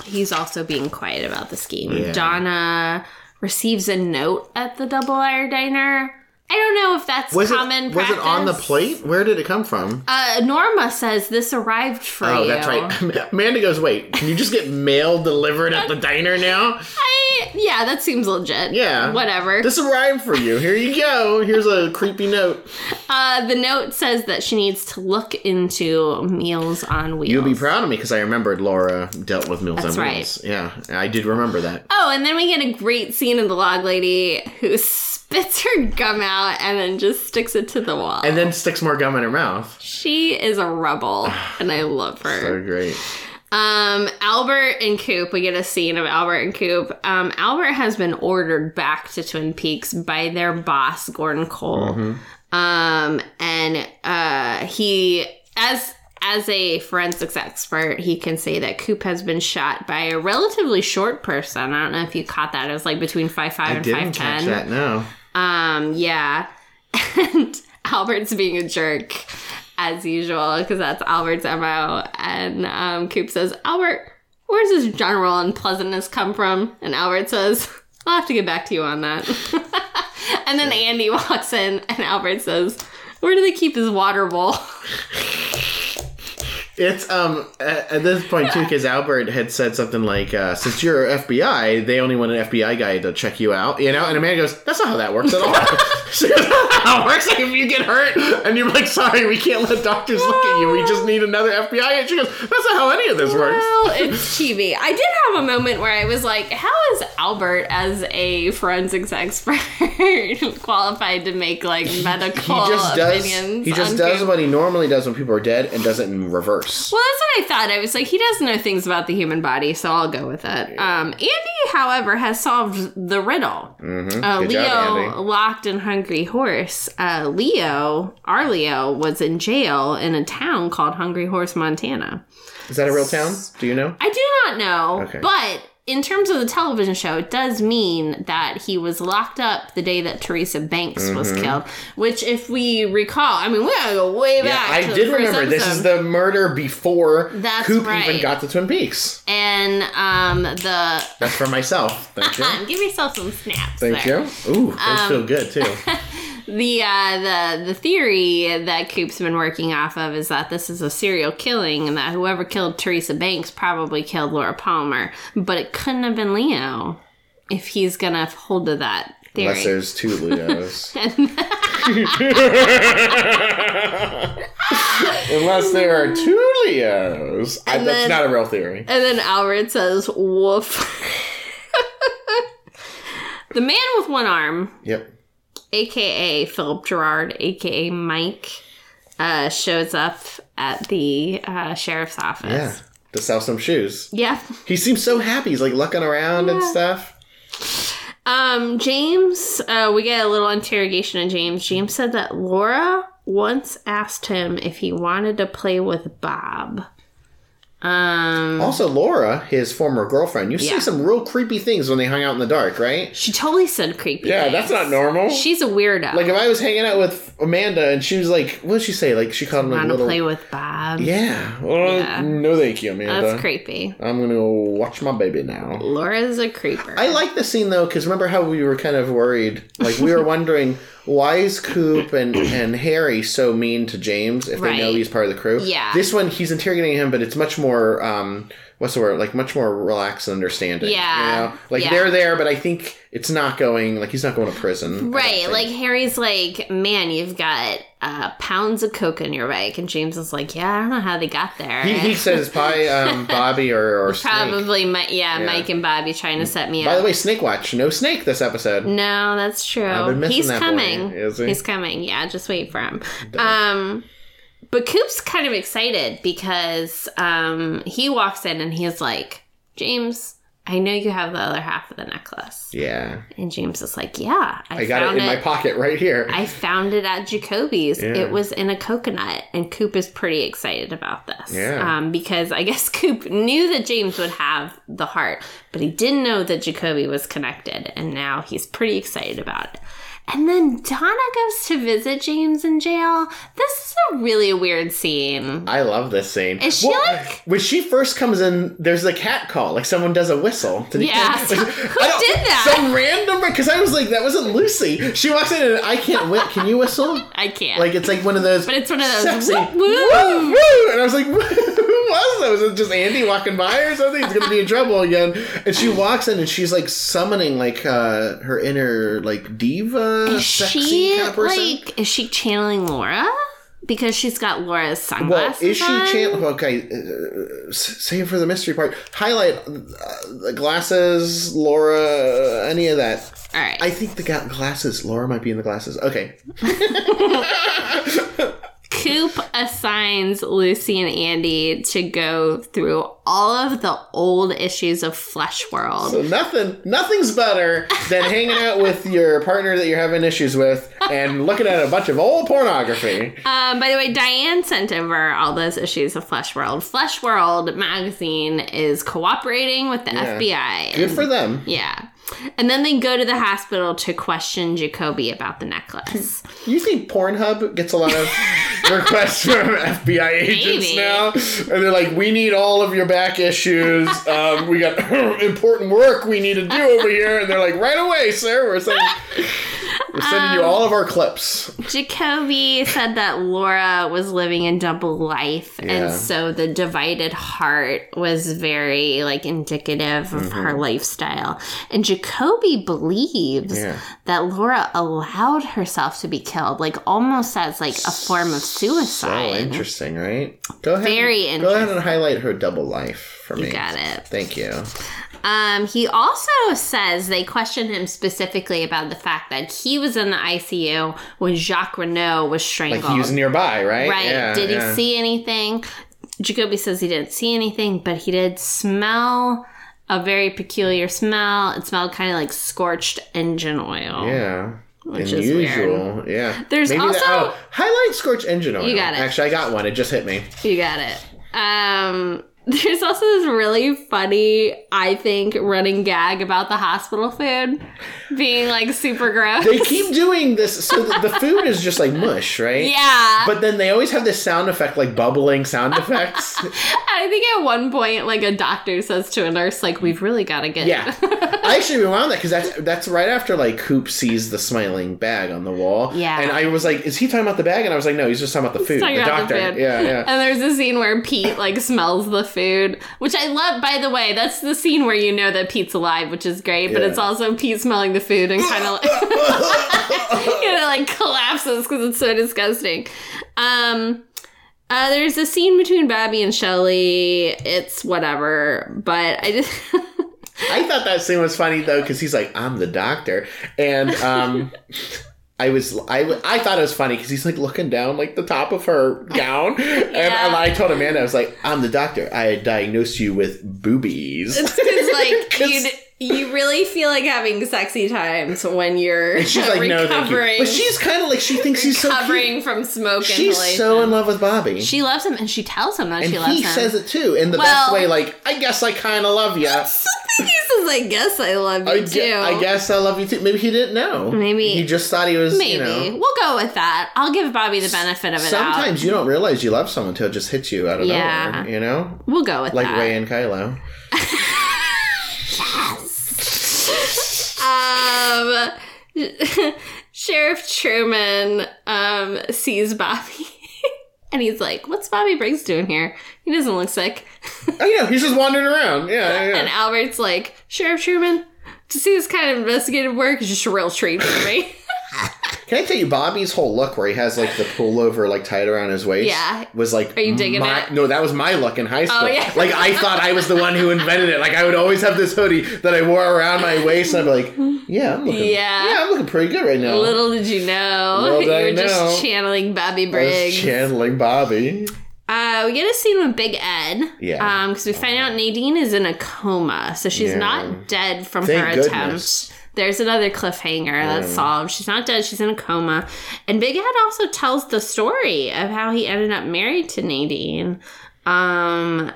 Speaker 2: he's also being quiet about the scheme.
Speaker 3: Yeah.
Speaker 2: Donna receives a note at the Double R Diner. I don't know if that's
Speaker 3: Was
Speaker 2: common
Speaker 3: it was
Speaker 2: practice.
Speaker 3: it on the plate? Where did it come from?
Speaker 2: Uh, Norma says this arrived for
Speaker 3: Oh,
Speaker 2: you.
Speaker 3: that's right. Amanda goes, wait, can you just get mail delivered at the diner now?
Speaker 2: I, yeah, that seems legit.
Speaker 3: Yeah.
Speaker 2: Whatever.
Speaker 3: This arrived for you. Here you go. Here's a creepy note.
Speaker 2: Uh, the note says that she needs to look into Meals on Wheels.
Speaker 3: You'll be proud of me because I remembered Laura dealt with Meals
Speaker 2: That's
Speaker 3: on
Speaker 2: right.
Speaker 3: Wheels. Yeah, I did remember that.
Speaker 2: oh, and then we get a great scene of the log lady who spits her gum out and then just sticks it to the wall.
Speaker 3: And then sticks more gum in her mouth.
Speaker 2: she is a rebel, and I love her.
Speaker 3: So great.
Speaker 2: Um, Albert and Coop, we get a scene of Albert and Coop. Um, Albert has been ordered back to Twin Peaks by their boss, Gordon Cole. Um, and uh, he, as as a forensics expert, he can say that Coop has been shot by a relatively short person. I don't know if you caught that. It was like between five five
Speaker 3: I
Speaker 2: and
Speaker 3: didn't
Speaker 2: five
Speaker 3: catch
Speaker 2: ten.
Speaker 3: that, no.
Speaker 2: Um, yeah. And Albert's being a jerk as usual because that's Albert's MO. And um, Coop says, Albert, where's this general unpleasantness come from? And Albert says, I'll have to get back to you on that. and then Andy walks in and Albert says, Where do they keep his water bowl?
Speaker 3: It's um at, at this point too because Albert had said something like, uh, "Since you're FBI, they only want an FBI guy to check you out," you know. And Amanda goes, "That's not how that works at all." she goes, "That's not how it works. Like if you get hurt and you're like, sorry, we can't let doctors look at you. We just need another FBI." And she goes, "That's not how any of this works."
Speaker 2: Well, it's TV. I did have a moment where I was like, how is Albert, as a forensics expert, qualified to make like medical
Speaker 3: He just does.
Speaker 2: opinions?
Speaker 3: He just
Speaker 2: on
Speaker 3: does
Speaker 2: people?
Speaker 3: what he normally does when people are dead and does it in reverse.
Speaker 2: Well, that's what I thought. I was like, he does know things about the human body, so I'll go with it. Um, Andy, however, has solved the riddle. Uh,
Speaker 3: Mm, Mm-hmm. Good
Speaker 2: Leo,
Speaker 3: job, Andy.
Speaker 2: locked and hungry horse. Uh, Leo, our Leo, was in jail in a town called Hungry Horse, Montana.
Speaker 3: Is that a real town? Do you know?
Speaker 2: I do not know,
Speaker 3: Okay.
Speaker 2: but in terms of the television show, it does mean that he was locked up the day that Teresa Banks was
Speaker 3: Mm-hmm.
Speaker 2: killed. Which, if we recall, I mean, we gotta go way
Speaker 3: Yeah,
Speaker 2: back. to
Speaker 3: I
Speaker 2: the
Speaker 3: did
Speaker 2: first
Speaker 3: remember. This is
Speaker 2: episode.
Speaker 3: the murder before
Speaker 2: That's
Speaker 3: Coop
Speaker 2: right.
Speaker 3: even got to Twin Peaks.
Speaker 2: and um the.
Speaker 3: That's for myself. Thank you.
Speaker 2: Give yourself some snaps.
Speaker 3: Thank
Speaker 2: there.
Speaker 3: you. Ooh, those
Speaker 2: Um,
Speaker 3: feel good too.
Speaker 2: The uh, the the theory that Coop's been working off of is that this is a serial killing, and that whoever killed Teresa Banks probably killed Laura Palmer, but it couldn't have been Leo if he's gonna hold to that
Speaker 3: Unless
Speaker 2: theory.
Speaker 3: there's two Leos. Unless there are two Leos. I,
Speaker 2: And
Speaker 3: that's
Speaker 2: then-
Speaker 3: not a real theory.
Speaker 2: And then Alred says, woof. the man with one arm,
Speaker 3: Yep.
Speaker 2: aka Philip Gerard, aka Mike, uh, shows up at the uh, sheriff's
Speaker 3: Yeah.
Speaker 2: office.
Speaker 3: To sell some shoes.
Speaker 2: Yeah.
Speaker 3: He seems so happy. He's like looking around and stuff.
Speaker 2: Um, James, uh, we get a little interrogation of James. James said that Laura once asked him if he wanted to play with Bob. Um,
Speaker 3: Also, Laura, his former girlfriend, you
Speaker 2: Yeah.
Speaker 3: see some real creepy things when they hung out in the dark, right?
Speaker 2: she totally said creepy.
Speaker 3: Yeah, that's not normal.
Speaker 2: She's a weirdo.
Speaker 3: like if I was hanging out with Amanda and she was like, what did she say? Like she called him like
Speaker 2: Want to
Speaker 3: little.
Speaker 2: play with Bob?
Speaker 3: yeah. Well,
Speaker 2: Yeah.
Speaker 3: No, thank you, Amanda.
Speaker 2: That's creepy.
Speaker 3: I'm gonna watch my baby now.
Speaker 2: Laura's a creeper.
Speaker 3: I like the scene though, because remember how we were kind of worried? Like we were wondering why is Coop and and Harry so mean to James if they know
Speaker 2: Right.
Speaker 3: he's part of the crew?
Speaker 2: Yeah.
Speaker 3: This one he's interrogating him, but it's much more um, what's the word? Like much more relaxed and understanding.
Speaker 2: Yeah.
Speaker 3: You know? Like
Speaker 2: Yeah.
Speaker 3: they're there, but I think it's not going. Like he's not going to prison. I
Speaker 2: right.
Speaker 3: don't
Speaker 2: Like
Speaker 3: think.
Speaker 2: Harry's like, man, you've got uh, pounds of coke in your bike, and James is like, yeah, I don't know how they got there.
Speaker 3: he, he says, "Bye, um, Bobby or, or Snake."
Speaker 2: eh. Probably, my, yeah,
Speaker 3: Yeah.
Speaker 2: Mike and Bobby trying to set me
Speaker 3: By
Speaker 2: up.
Speaker 3: the way, Snake Watch, no Snake this episode.
Speaker 2: no, that's true.
Speaker 3: I've been missing
Speaker 2: He's
Speaker 3: that boy,
Speaker 2: coming.
Speaker 3: is he?
Speaker 2: He's coming. Yeah, just wait for him. Um, but Coop's kind of excited because um, he walks in and he's like, James, I know you have the other half of the necklace.
Speaker 3: Yeah,
Speaker 2: And James is like, yeah, I,
Speaker 3: I got
Speaker 2: found
Speaker 3: it in my pocket right here.
Speaker 2: I found it at Jacoby's.
Speaker 3: Yeah.
Speaker 2: It was in a coconut, and Coop is pretty excited about this.
Speaker 3: Yeah.
Speaker 2: Um, because I guess Coop knew that James would have the heart, but he didn't know that Jacoby was connected, and now he's pretty excited about it. And then Donna goes to visit James in jail. This is a really weird scene.
Speaker 3: I love this scene.
Speaker 2: Is she like-
Speaker 3: when she first comes in? There's a cat call, like someone does a whistle. To the
Speaker 2: Yeah.
Speaker 3: Who
Speaker 2: Who did that?
Speaker 3: Some random because I was like, that wasn't Lucy. She walks in and I can't whi Can you whistle?
Speaker 2: I can't.
Speaker 3: Like it's like one of those.
Speaker 2: But it's one of those
Speaker 3: sexy
Speaker 2: whoop,
Speaker 3: woo
Speaker 2: whoop.
Speaker 3: woo. And I was like, who was that? Was it just Andy walking by or something? He's gonna be in trouble again. And she walks in and she's like summoning like uh, her inner like diva,
Speaker 2: is
Speaker 3: sexy
Speaker 2: she
Speaker 3: cat person.
Speaker 2: like? Is she channeling Laura? Because she's got Laura's
Speaker 3: Well,
Speaker 2: sunglasses.
Speaker 3: is she
Speaker 2: on.
Speaker 3: chan- okay? Uh, s- save for the mystery part. Highlight uh, the glasses, Laura, any of that.
Speaker 2: All right.
Speaker 3: I think the ga- glasses. Laura might be in the glasses. Okay,
Speaker 2: Coop assigns Lucy and Andy to go through all of the old issues of Flesh World.
Speaker 3: so nothing, nothing's better than hanging out with your partner that you're having issues with and looking at a bunch of old pornography.
Speaker 2: Um, by the way, Diane sent over all those issues of Flesh World. Flesh World magazine is cooperating with the FBI.
Speaker 3: Good for them.
Speaker 2: yeah. And then they go to the hospital to question Jacoby about the necklace.
Speaker 3: You think Pornhub gets a lot of requests from FBI agents
Speaker 2: Maybe.
Speaker 3: now? And they're like, we need all of your back issues. Um, we got important work we need to do over here. And they're like, right away, sir. We're sending, we're sending you all of our clips.
Speaker 2: Mm-hmm. Jacoby said that Laura was living a double life,
Speaker 3: Yeah.
Speaker 2: and so the divided heart was very like indicative of
Speaker 3: Mm-hmm.
Speaker 2: her lifestyle. And Jacoby believes
Speaker 3: Yeah.
Speaker 2: that Laura allowed herself to be killed, like almost as like a form of
Speaker 3: Oh,
Speaker 2: suicide.
Speaker 3: interesting, right? Go ahead.
Speaker 2: Very
Speaker 3: Go ahead and highlight her double life for me.
Speaker 2: Got it.
Speaker 3: Thank you.
Speaker 2: Um, he also says they questioned him specifically about the fact that he was in the ICU when Jacques Renault was strangled.
Speaker 3: Like he was nearby, right?
Speaker 2: Right.
Speaker 3: Yeah,
Speaker 2: did he
Speaker 3: yeah.
Speaker 2: see anything? Jacoby says he didn't see anything, but he did smell a very peculiar smell. It smelled kind of like scorched engine oil.
Speaker 3: Yeah.
Speaker 2: Which is
Speaker 3: Unusual, yeah.
Speaker 2: There's also-
Speaker 3: oh, highlight scorch engine oil.
Speaker 2: You got it.
Speaker 3: Actually, I got one. It just hit me.
Speaker 2: You got it. Um, there's also this really funny, I think, running gag about the hospital food being like super gross.
Speaker 3: they keep doing this so th- the food is just like mush right
Speaker 2: yeah.
Speaker 3: but then they always have this sound effect like bubbling sound effects
Speaker 2: I think at one point, like a doctor says to a nurse, like, "We've really got to get."
Speaker 3: Yeah, I actually rewound that because that's that's right after like Coop sees the smiling bag on the wall.
Speaker 2: Yeah.
Speaker 3: and I was like, "Is he talking about the bag?" And I was like, "No, he's just talking about the food."
Speaker 2: talking
Speaker 3: the
Speaker 2: about the
Speaker 3: doctor.
Speaker 2: food.
Speaker 3: Yeah, yeah.
Speaker 2: And there's a scene where Pete like smells the food, which I love. By the way, that's the scene where you know that Pete's alive, which is great. But
Speaker 3: Yeah.
Speaker 2: it's also Pete smelling the food and kind of like, you know, like collapses because it's so disgusting. Um, uh, there's a scene between Bobby and Shelly. It's whatever, but I just
Speaker 3: I thought that scene was funny though because he's like, "I'm the doctor," and um, I was I, w- I thought it was funny because he's like looking down like the top of her gown, and,
Speaker 2: Yeah.
Speaker 3: and I told Amanda I was like, "I'm the doctor. I diagnosed you with boobies."
Speaker 2: it's because like
Speaker 3: 'Cause-
Speaker 2: you you really feel like having sexy times when you're
Speaker 3: And she's like, "No, thank you."
Speaker 2: recovering.
Speaker 3: But she's kind of like she thinks he's so cute.
Speaker 2: recovering from smoke
Speaker 3: She's
Speaker 2: inhalation.
Speaker 3: so in love with Bobby.
Speaker 2: She loves him, and she tells him that
Speaker 3: and
Speaker 2: she loves
Speaker 3: he
Speaker 2: him.
Speaker 3: says it too in the
Speaker 2: Well-
Speaker 3: best way, like, I guess I kind of love you. I,
Speaker 2: he says, "I guess I love you
Speaker 3: gue-
Speaker 2: too."
Speaker 3: I guess I love you too. Maybe he didn't know.
Speaker 2: Maybe-
Speaker 3: He just thought he was,
Speaker 2: maybe
Speaker 3: you know.
Speaker 2: we'll go with that. I'll give Bobby the benefit of it. out.
Speaker 3: Sometimes you don't realize you love someone until it just hits you out of
Speaker 2: Yeah.
Speaker 3: nowhere, you know?
Speaker 2: we'll go with
Speaker 3: Like
Speaker 2: that.
Speaker 3: Ray and Kylo.
Speaker 2: Um, Sheriff Truman um, sees Bobby, and he's like, "What's Bobby Briggs doing here? He doesn't look sick."
Speaker 3: Oh, yeah, he's just wandering around. Yeah, yeah,
Speaker 2: And
Speaker 3: yeah.
Speaker 2: Albert's like, "Sheriff Truman, to see this kind of investigative work is just a real treat for me."
Speaker 3: Can I tell you, Bobby's whole look where he has, like, the pullover, like, tied around his waist
Speaker 2: Yeah.
Speaker 3: was, like,
Speaker 2: Are you digging
Speaker 3: my,
Speaker 2: it? Oh,
Speaker 3: No, that was my look in high school.
Speaker 2: yeah.
Speaker 3: Like, I thought I was the one who invented it. Like, I would always have this hoodie that I wore around my waist, and I'd be like, yeah, I'm looking,
Speaker 2: Yeah.
Speaker 3: I'm looking pretty good right now.
Speaker 2: Little did you know,
Speaker 3: Little
Speaker 2: you
Speaker 3: did I
Speaker 2: were just
Speaker 3: know.
Speaker 2: channeling Bobby
Speaker 3: I was
Speaker 2: Briggs.
Speaker 3: channeling Bobby.
Speaker 2: Uh, we get a scene with Big Ed.
Speaker 3: Yeah.
Speaker 2: because we find out Nadine is in a coma, so she's
Speaker 3: Yeah.
Speaker 2: not dead from
Speaker 3: Thank
Speaker 2: her
Speaker 3: goodness.
Speaker 2: attempt. There's another cliffhanger that's solved. She's not dead. She's in a coma, and Big Ed also tells the story of how he ended up married to Nadine. Um,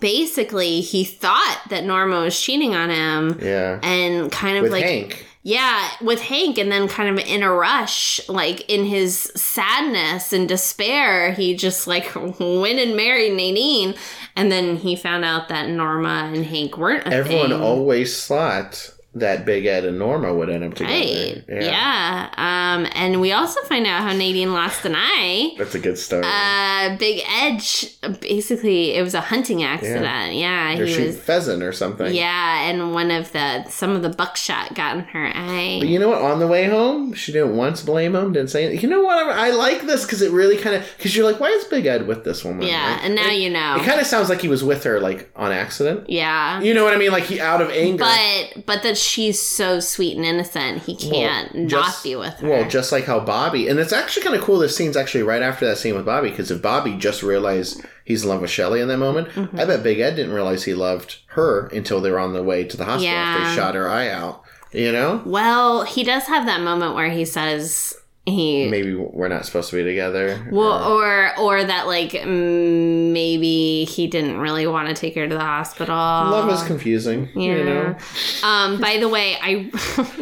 Speaker 2: basically, he thought that Norma was cheating on him,
Speaker 3: Yeah.
Speaker 2: and kind of
Speaker 3: With
Speaker 2: like
Speaker 3: Hank.
Speaker 2: yeah, with Hank, and then kind of in a rush, like in his sadness and despair, he just like went and married Nadine, and then he found out that Norma and Hank weren't a
Speaker 3: Everyone
Speaker 2: thing.
Speaker 3: always thought that Big Ed and Norma would end up together.
Speaker 2: right? Yeah. Um, and we also find out how Nadine lost an eye.
Speaker 3: That's a good story.
Speaker 2: Uh, Big Edge. Basically, it was a hunting accident. Yeah,
Speaker 3: They're
Speaker 2: he
Speaker 3: shooting
Speaker 2: was.
Speaker 3: pheasant or something.
Speaker 2: Yeah, and one of the some of the buckshot got in her eye.
Speaker 3: But you know what? On the way home, she didn't once blame him. Didn't say. anything. You know what? I, I like this because it really kind of because you're like, why is Big Ed with this woman?
Speaker 2: yeah,
Speaker 3: Like,
Speaker 2: and now
Speaker 3: it,
Speaker 2: you know.
Speaker 3: It kind of sounds like he was with her like on accident.
Speaker 2: yeah.
Speaker 3: You know what I mean? Like he out of anger.
Speaker 2: But but that she's so sweet and innocent, he can't not
Speaker 3: just-
Speaker 2: be with her.
Speaker 3: Well, just like how Bobby, and it's actually kind of cool. This scene's actually right after that scene with Bobby, because if Bobby just realized he's in love with Shelley in that moment,
Speaker 2: Mm-hmm.
Speaker 3: I bet Big Ed didn't realize he loved her until they were on the way to the hospital
Speaker 2: Yeah.
Speaker 3: after they shot her eye out. You know,
Speaker 2: well, he does have that moment where he says he
Speaker 3: maybe we're not supposed to be together.
Speaker 2: well or or that like mm, maybe he didn't really want to take her to the hospital.
Speaker 3: love is confusing. You know,
Speaker 2: Um, by the way, I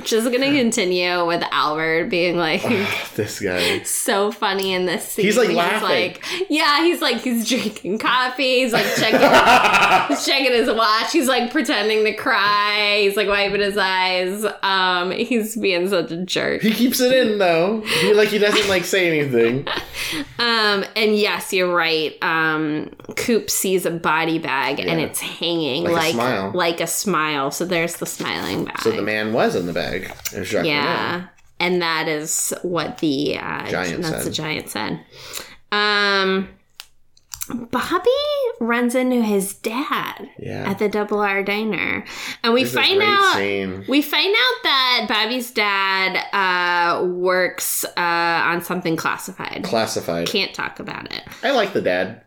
Speaker 2: just gonna continue with Albert being like
Speaker 3: this guy.
Speaker 2: so funny in this scene.
Speaker 3: He's, like, laughing.
Speaker 2: like- yeah, he's like he's drinking coffee. He's like checking, he's checking his watch. He's like pretending to cry. He's like wiping his eyes. Um, he's being such a jerk.
Speaker 3: He keeps it in though. He like he doesn't like say anything.
Speaker 2: Um, and yes, you're right. Um, Coop sees a body bag and
Speaker 3: Yeah.
Speaker 2: it's hanging
Speaker 3: Like
Speaker 2: like
Speaker 3: a smile.
Speaker 2: like a smile. So there's the smiling bag.
Speaker 3: So the man was in the bag. It was Jacques Renaud.
Speaker 2: Yeah. And that is what the uh,
Speaker 3: Giant
Speaker 2: that's
Speaker 3: said.
Speaker 2: the giant said. Um, Bobby runs into his dad
Speaker 3: Yeah.
Speaker 2: at the Double R Diner, and we
Speaker 3: This is a
Speaker 2: find
Speaker 3: great
Speaker 2: out
Speaker 3: scene.
Speaker 2: we find out that Bobby's dad uh, works uh, on something classified.
Speaker 3: classified.
Speaker 2: Can't talk about it.
Speaker 3: I like the dad.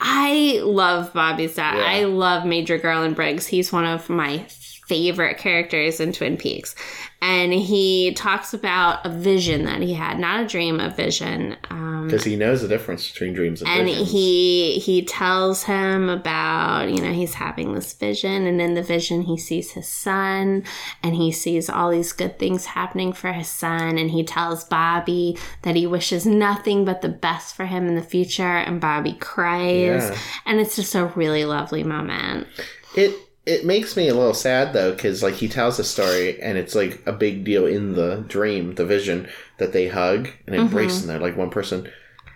Speaker 2: I love Bobby's dad.
Speaker 3: Yeah.
Speaker 2: I love Major Garland Briggs. He's one of my favorite characters in Twin Peaks. And he talks about a vision that he had, not a dream, a vision. Um,
Speaker 3: Because he knows the difference between dreams and,
Speaker 2: and
Speaker 3: visions.
Speaker 2: he he tells him about you know he's having this vision and in the vision he sees his son and he sees all these good things happening for his son and he tells bobby that he wishes nothing but the best for him in the future and bobby cries
Speaker 3: Yeah.
Speaker 2: and it's just a really lovely moment
Speaker 3: It it makes me a little sad though, because like he tells a story and it's like a big deal in the dream, the vision that they hug and
Speaker 2: Mm-hmm.
Speaker 3: embrace, and they're like one person.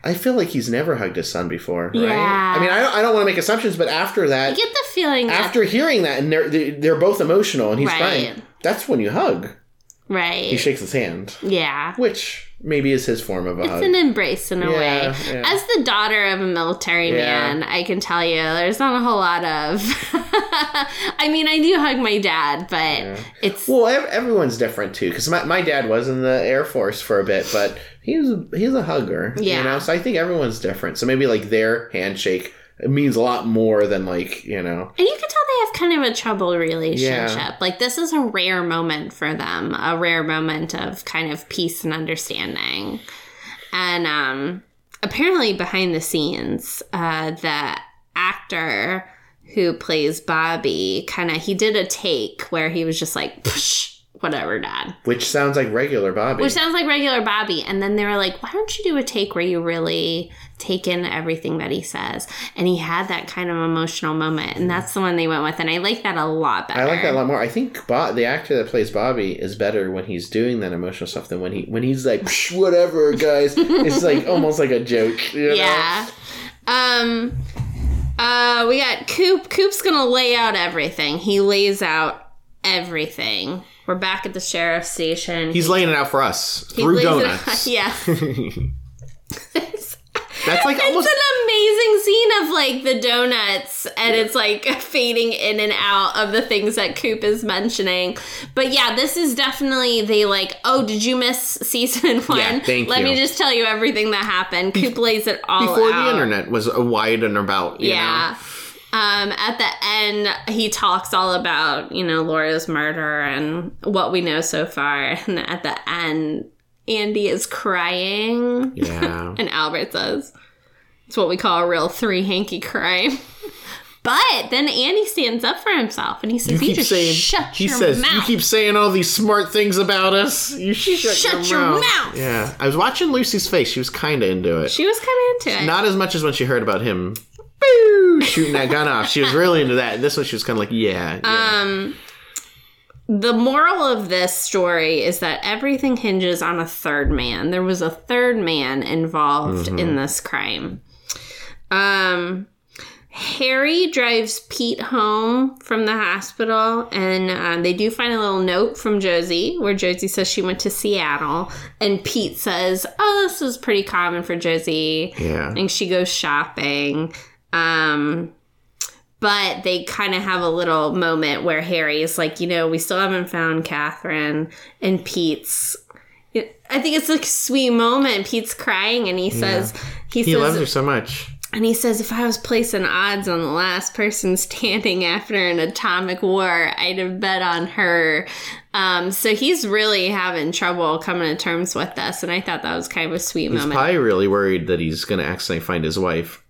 Speaker 3: I feel like he's never hugged his son before, right?
Speaker 2: Yeah.
Speaker 3: I mean, I don't, I don't want to make assumptions, but after
Speaker 2: i
Speaker 3: that,
Speaker 2: get the feeling
Speaker 3: after hearing that, and they're they- they're both emotional, and he's
Speaker 2: Right.
Speaker 3: crying. That's when you hug.
Speaker 2: that right
Speaker 3: He shakes his hand,
Speaker 2: yeah
Speaker 3: which maybe is his form of a hug.
Speaker 2: It's an embrace in a
Speaker 3: Yeah,
Speaker 2: way.
Speaker 3: yeah.
Speaker 2: As the daughter of a military
Speaker 3: Yeah.
Speaker 2: man, I can tell you there's not a whole lot of. I mean, I do hug my dad, but it's
Speaker 3: Well, ev- everyone's different too. Because my, my dad was in the Air Force for a bit, but he's he's a hugger.
Speaker 2: Yeah.
Speaker 3: You know, so I think everyone's different. So maybe like their handshake means a lot more than like you know.
Speaker 2: and you can tell they have kind of a troubled relationship.
Speaker 3: Yeah.
Speaker 2: Like this is a rare moment for them, a rare moment of kind of peace and understanding. And um, apparently, behind the scenes, uh, the actor who plays Bobby kind of he did a take where he was just like, Psh, whatever, dad.
Speaker 3: Which sounds like regular Bobby.
Speaker 2: Which sounds like regular Bobby. And then they were like, why don't you do a take where you really take in everything that he says? And he had that kind of emotional moment. And that's the one they went with. And I like that a lot better.
Speaker 3: I like that a lot more. I think Bo- the actor that plays Bobby is better when he's doing that emotional stuff than when he when he's like "Psh, whatever, guys. it's like almost like a joke. you know?
Speaker 2: Yeah. Um uh we got Coop. Coop's gonna lay out everything. He lays out everything. We're back at the sheriff's station.
Speaker 3: He's laying it out for us
Speaker 2: He
Speaker 3: through
Speaker 2: lays it out-
Speaker 3: donuts.
Speaker 2: Yes.
Speaker 3: That's like almost
Speaker 2: It's an amazing scene of like the donuts and it's like fading in and out of the things that Coop is mentioning. But yeah, this is definitely they like, oh, did you miss season one?
Speaker 3: thank
Speaker 2: Let me
Speaker 3: you.
Speaker 2: just tell you everything that happened. Coop lays it all
Speaker 3: before
Speaker 2: out.
Speaker 3: the internet was wide and about. You Know?
Speaker 2: Yeah. Um, at the end, he talks all about, you know, Laura's murder and what we know so far. And at the end, Andy is crying.
Speaker 3: Yeah.
Speaker 2: And Albert says, it's what we call a real three hanky crime. But then Andy stands up for himself and he says, you, just shut
Speaker 3: he
Speaker 2: your
Speaker 3: says
Speaker 2: mouth.
Speaker 3: you keep saying all these smart things about us. You shut,
Speaker 2: Shut
Speaker 3: your,
Speaker 2: your
Speaker 3: mouth.
Speaker 2: mouth.
Speaker 3: Yeah, I was watching Lucy's face. She was kind of into it.
Speaker 2: she was kind of into it.
Speaker 3: Not as much as when she heard about him boo, shooting that gun off. She was really into that. And this one, she was kind of like, yeah, yeah.
Speaker 2: um, the moral of this story is that everything hinges on a third man. There was a third man involved in this crime. Um, Harry drives Pete home from the hospital, and um, they do find a little note from Josie where Josie says she went to Seattle, and Pete says, "Oh, this is pretty common for Josie."
Speaker 3: yeah.
Speaker 2: and she goes shopping. Um, but they kind of have a little moment where Harry is like, you know, we still haven't found Catherine and Pete's. I think it's a sweet moment. Pete's crying and he says, he,
Speaker 3: He
Speaker 2: says,
Speaker 3: loves her so much.
Speaker 2: and he says, if I was placing odds on the last person standing after an atomic war, I'd have bet on her. Um, so he's really having trouble coming to terms with this. And I thought that was kind of a sweet
Speaker 3: He's
Speaker 2: moment.
Speaker 3: probably really worried that he's going to accidentally find his wife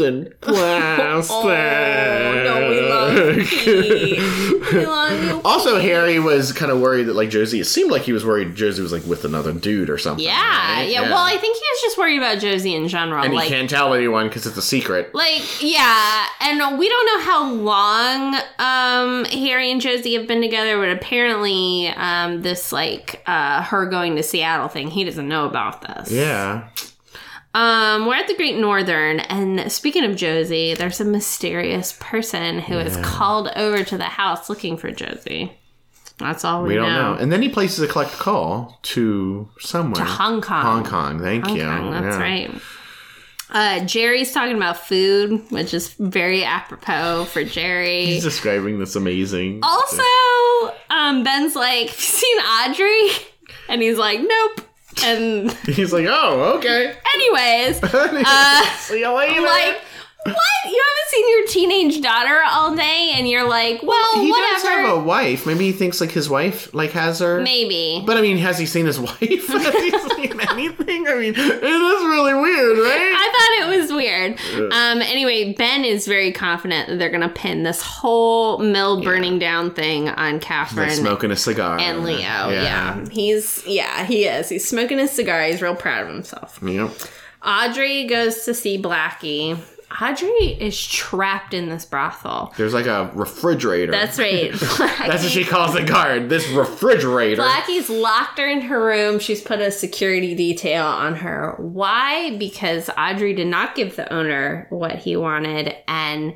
Speaker 3: in plastic.
Speaker 2: Oh, no, we love Pete. We love you.
Speaker 3: Also, Harry was kind of worried that like Josie. It seemed like he was worried Josie was like with another dude or something.
Speaker 2: Yeah,
Speaker 3: right?
Speaker 2: yeah. Well, I think he was just worried about Josie in general.
Speaker 3: and
Speaker 2: like,
Speaker 3: he can't tell anyone because it's a secret.
Speaker 2: like, yeah. And we don't know how long um, Harry and Josie have been together, but apparently, um, this like uh, her going to Seattle thing, he doesn't know about this.
Speaker 3: Yeah,
Speaker 2: Um, we're at the Great Northern, and speaking of Josie, there's a mysterious person who is called over to the house looking for Josie. That's all we,
Speaker 3: we don't know. And then he places a collect call to somewhere.
Speaker 2: Hong Kong.
Speaker 3: Hong Kong. Thank you.
Speaker 2: Kong, that's
Speaker 3: Yeah.
Speaker 2: right. Uh, Jerry's talking about food, which is very apropos for Jerry.
Speaker 3: He's describing this amazing.
Speaker 2: Also, um, Ben's like, "Have you seen Audrey?" And he's like, "Nope." And
Speaker 3: He's like, oh, okay. "Oh,
Speaker 2: anyways, uh,
Speaker 3: See you later.
Speaker 2: like, what? You haven't seen your teenage daughter all day and you're like, well,
Speaker 3: he does
Speaker 2: whatever.
Speaker 3: have a wife. Maybe he thinks like his wife like has her.
Speaker 2: Maybe.
Speaker 3: But I mean, has he seen his wife? has he seen anything? I mean, it is really weird, right?
Speaker 2: I thought it was weird. Um, anyway, Ben is very confident that they're going to pin this whole mill burning down thing on
Speaker 3: Like
Speaker 2: Catherine
Speaker 3: smoking a cigar
Speaker 2: and Leo. Yeah. He's, yeah, he is. He's smoking his cigar. He's real proud of himself.
Speaker 3: Yep.
Speaker 2: Audrey goes to see Blackie. Audrey is trapped in this brothel.
Speaker 3: There's like a refrigerator.
Speaker 2: That's right.
Speaker 3: That's what she calls the guard. This refrigerator.
Speaker 2: Blackie's locked her in her room. She's put a security detail on her. Why? Because Audrey did not give the owner what he wanted, and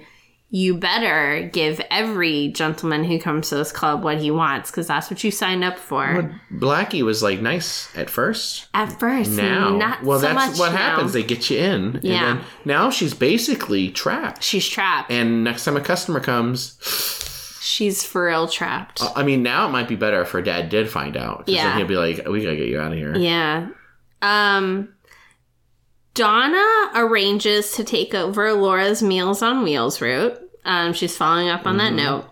Speaker 2: you better give every gentleman who comes to this club what he wants, because that's what you signed up for.
Speaker 3: Blackie was like nice at first.
Speaker 2: At first,
Speaker 3: Now,
Speaker 2: not
Speaker 3: well,
Speaker 2: so
Speaker 3: that's
Speaker 2: much
Speaker 3: what
Speaker 2: now.
Speaker 3: happens. They get you in,
Speaker 2: Yeah.
Speaker 3: and then now she's basically trapped.
Speaker 2: She's trapped.
Speaker 3: And next time a customer comes,
Speaker 2: She's for real trapped.
Speaker 3: I mean, now it might be better if her dad did find out. 'cause
Speaker 2: Yeah.
Speaker 3: then he'll be like, "We gotta get you out of here."
Speaker 2: Yeah. Um Donna arranges to take over Laura's Meals on Wheels route. Um, she's following up on
Speaker 3: Mm-hmm.
Speaker 2: that note.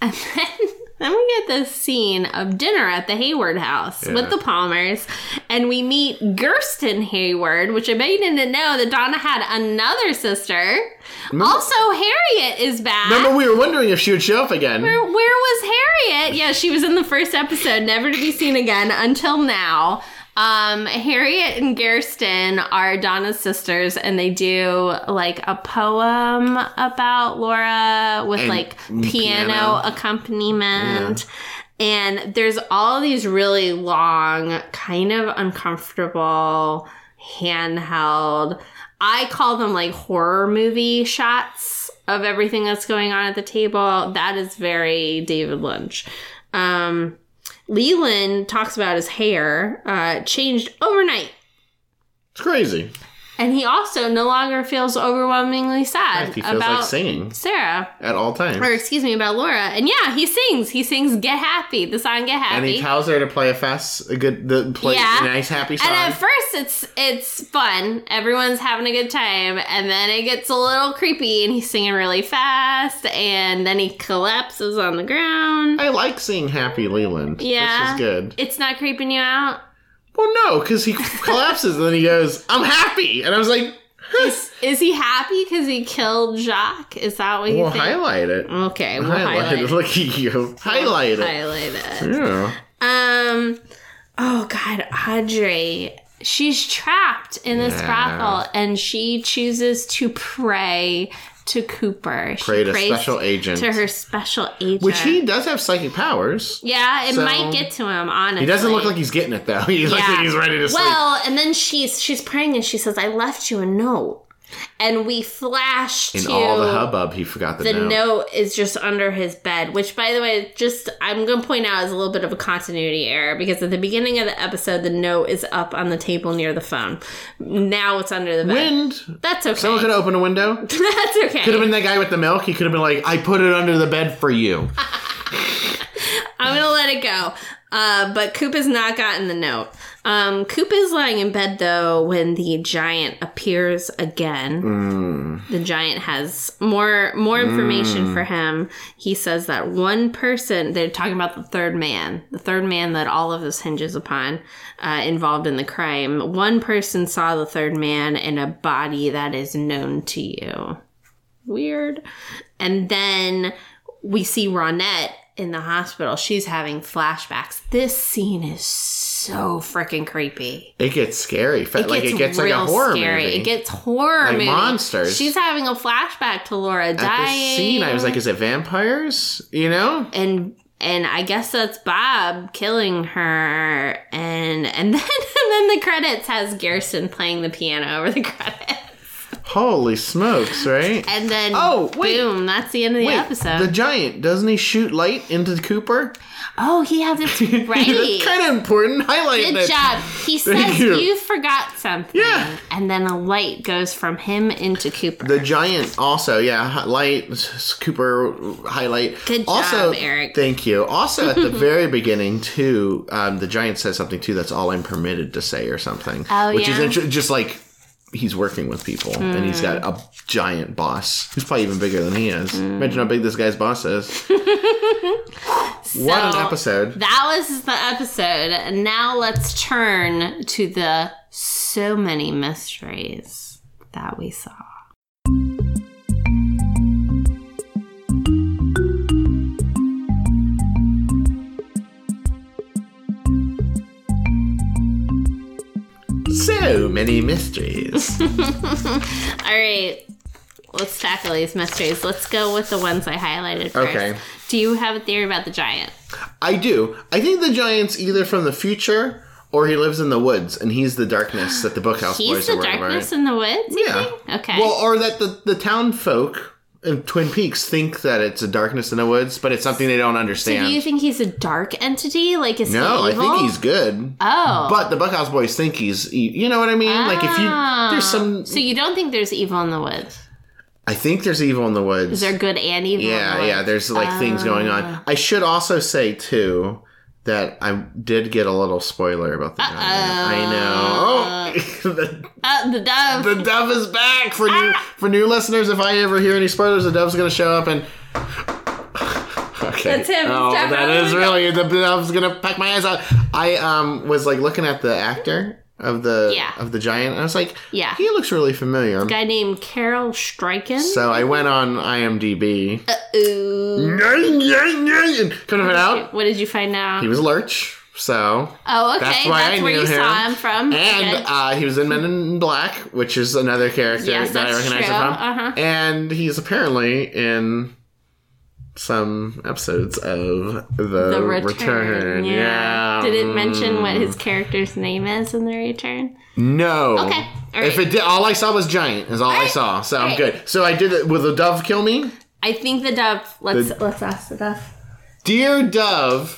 Speaker 2: And then, then we get this scene of dinner at the Hayward house
Speaker 3: Yeah.
Speaker 2: with the Palmers. And we meet Gersten Hayward, which I bet you didn't know that Donna had another sister. Also, Harriet is back.
Speaker 3: Remember, we were wondering if she would show up again.
Speaker 2: Where, where was Harriet? Yeah, she was in the first episode, never to be seen again until now. Um, Harriet and Gersten are Donna's sisters, and they do like a poem about Laura with
Speaker 3: And
Speaker 2: like piano,
Speaker 3: piano.
Speaker 2: accompaniment. And there's all these really long, kind of uncomfortable, handheld. I call them like horror movie shots of everything that's going on at the table. That is very David Lynch. Um, Leland talks about his hair uh, changed overnight.
Speaker 3: It's crazy.
Speaker 2: And he also no longer feels overwhelmingly sad
Speaker 3: He feels
Speaker 2: about
Speaker 3: like singing
Speaker 2: Sarah.
Speaker 3: at all times.
Speaker 2: Or excuse me, about Laura. And yeah, he sings. He sings Get Happy, the song Get Happy.
Speaker 3: and he tells her to play a fast, a good, the play
Speaker 2: Yeah.
Speaker 3: a nice happy song.
Speaker 2: And at first, it's it's fun. Everyone's having a good time, and then it gets a little creepy, and he's singing really fast, and then he collapses on the ground.
Speaker 3: I like seeing Happy Leland.
Speaker 2: Yeah.
Speaker 3: this is good.
Speaker 2: It's not creeping you out.
Speaker 3: Well, no, because he collapses and then he goes, "I'm happy," and I was like, huh,
Speaker 2: Is, is he happy because he killed Jacques? Is that what you
Speaker 3: "We'll
Speaker 2: think?
Speaker 3: highlight it.
Speaker 2: okay, we'll
Speaker 3: highlight,
Speaker 2: highlight.
Speaker 3: it.
Speaker 2: it.
Speaker 3: Look at you. Highlight it.
Speaker 2: Highlight it.
Speaker 3: Yeah.
Speaker 2: Um. Oh God, Audrey. She's trapped in this
Speaker 3: Yeah.
Speaker 2: brothel, and she chooses to pray to Cooper. She
Speaker 3: Pray to
Speaker 2: prays
Speaker 3: special agent,
Speaker 2: to her special agent,
Speaker 3: which he does have psychic powers.
Speaker 2: Uh, yeah, it
Speaker 3: So-
Speaker 2: might get to him. Honestly,
Speaker 3: He doesn't look like he's getting it though. He looks like he's ready to sleep.
Speaker 2: Well, and then she's she's praying, and she says, "I left you a note," and we flash
Speaker 3: In
Speaker 2: to
Speaker 3: all the hubbub, he forgot the,
Speaker 2: the
Speaker 3: note.
Speaker 2: note is just under his bed, which, by the way, just I'm going to point out is a little bit of a continuity error because at the beginning of the episode, the note is up on the table near the phone. Now it's under the bed.
Speaker 3: Wind.
Speaker 2: That's okay.
Speaker 3: Someone could have opened a window.
Speaker 2: That's okay.
Speaker 3: Could have been that guy with the milk. He could have been like, "I put it under the bed for you."
Speaker 2: I'm gonna let it go. Uh, but Coop has not gotten the note. Um, Coop is lying in bed though when the giant appears again. The giant has more more information for him. He says that one person they're talking about the third man, the third man that all of this hinges upon, uh, involved in the crime. One person saw the third man in a body that is known to you weird. And then we see Ronette in the hospital. She's having flashbacks. This scene is so freaking creepy.
Speaker 3: It gets scary. Fe- like it gets like a
Speaker 2: real
Speaker 3: horror movie.
Speaker 2: It gets horror
Speaker 3: Like
Speaker 2: movie.
Speaker 3: monsters.
Speaker 2: She's having a flashback to Laura
Speaker 3: At
Speaker 2: dying.
Speaker 3: this scene, I was like, "Is it vampires?" You know.
Speaker 2: and and I guess that's Bob killing her. And and then and then the credits has Garrison playing the piano over the credits.
Speaker 3: Holy smokes! Right.
Speaker 2: And then
Speaker 3: Oh, wait.
Speaker 2: boom, that's the end of the
Speaker 3: Wait,
Speaker 2: episode.
Speaker 3: the giant doesn't he shoot light into Cooper?
Speaker 2: oh, he has it right.
Speaker 3: That's kind of important. Highlight
Speaker 2: Good
Speaker 3: that.
Speaker 2: job. He says you.
Speaker 3: you.
Speaker 2: forgot something.
Speaker 3: Yeah.
Speaker 2: And then a light goes from him into Cooper.
Speaker 3: The giant also, yeah, hi- light s- s- Cooper highlight.
Speaker 2: Good
Speaker 3: also,
Speaker 2: job, Eric.
Speaker 3: Thank you. Also, at the very beginning too, um, the giant says something too that's all I'm permitted to say or something.
Speaker 2: Oh,
Speaker 3: which is
Speaker 2: yeah?
Speaker 3: inter- just like he's working with people and he's
Speaker 2: Hmm.
Speaker 3: got a giant boss who's probably even bigger than he is. Imagine how big this guy's boss is. what an
Speaker 2: So-
Speaker 3: episode.
Speaker 2: That was the episode. Now let's turn to the so many mysteries that we saw.
Speaker 3: So many mysteries.
Speaker 2: All right, let's tackle these mysteries. Let's go with the ones I highlighted first.
Speaker 3: Okay.
Speaker 2: Do you have a theory about the giant?
Speaker 3: I do. I think the giant's either from the future or he lives in the woods and he's the darkness that the bookhouse
Speaker 2: He's
Speaker 3: boys
Speaker 2: the
Speaker 3: are worried about.
Speaker 2: darkness in the woods. you
Speaker 3: Yeah.
Speaker 2: think? Okay.
Speaker 3: Well, or that the, the town folk in Twin Peaks think that it's a darkness in the woods, but it's something they don't
Speaker 2: so
Speaker 3: understand.
Speaker 2: do you think he's a dark entity? Like is
Speaker 3: no,
Speaker 2: he
Speaker 3: I
Speaker 2: evil?
Speaker 3: think he's good.
Speaker 2: Oh.
Speaker 3: But the Buckhouse boys think he's, e- you know what I mean? Like if you, there's some.
Speaker 2: So you don't think there's evil in the woods?
Speaker 3: I think there's evil in the woods.
Speaker 2: Ah. Is there good and evil? in the
Speaker 3: yeah,
Speaker 2: woods?
Speaker 3: yeah. There's like things going on.
Speaker 2: Ah.
Speaker 3: I should also say too that I did get a little spoiler about the giant. I know. Oh, the,
Speaker 2: Uh, the dove.
Speaker 3: the dove is back for new
Speaker 2: Ah.
Speaker 3: for new listeners. If I ever hear any spoilers, the dove's going to show up and. Okay.
Speaker 2: That's him.
Speaker 3: Oh,
Speaker 2: Step out
Speaker 3: that
Speaker 2: of
Speaker 3: is
Speaker 2: the
Speaker 3: really the dove's gonna pack my eyes out. I um was like looking at the actor of the
Speaker 2: Yeah.
Speaker 3: of the giant, and I was like,
Speaker 2: Yeah.
Speaker 3: he looks really familiar.
Speaker 2: guy named Carol Striken.
Speaker 3: So I went on IMDb.
Speaker 2: Ooh.
Speaker 3: and Could
Speaker 2: Oh,
Speaker 3: have been out.
Speaker 2: What did you find out?
Speaker 3: He was Lurch, so
Speaker 2: oh, okay.
Speaker 3: that's
Speaker 2: That's,
Speaker 3: why I
Speaker 2: where
Speaker 3: knew
Speaker 2: you
Speaker 3: him.
Speaker 2: saw him from.
Speaker 3: and
Speaker 2: Okay.
Speaker 3: uh, he was in Men in Black, which is another character
Speaker 2: Yes,
Speaker 3: that I
Speaker 2: that's
Speaker 3: recognize
Speaker 2: true.
Speaker 3: him from.
Speaker 2: Uh-huh.
Speaker 3: And he's apparently in some episodes of The,
Speaker 2: the
Speaker 3: Return.
Speaker 2: return.
Speaker 3: Yeah. Mm.
Speaker 2: Did it mention what his character's name is in the return?
Speaker 3: No.
Speaker 2: Okay, all
Speaker 3: If
Speaker 2: right.
Speaker 3: it did, all I saw was giant. Is all I
Speaker 2: right,
Speaker 3: saw. So I'm
Speaker 2: all right.
Speaker 3: good. So I did it. Will the dove kill me?
Speaker 2: I think the dove. Let's
Speaker 3: The-
Speaker 2: let's ask the dove.
Speaker 3: Dear dove,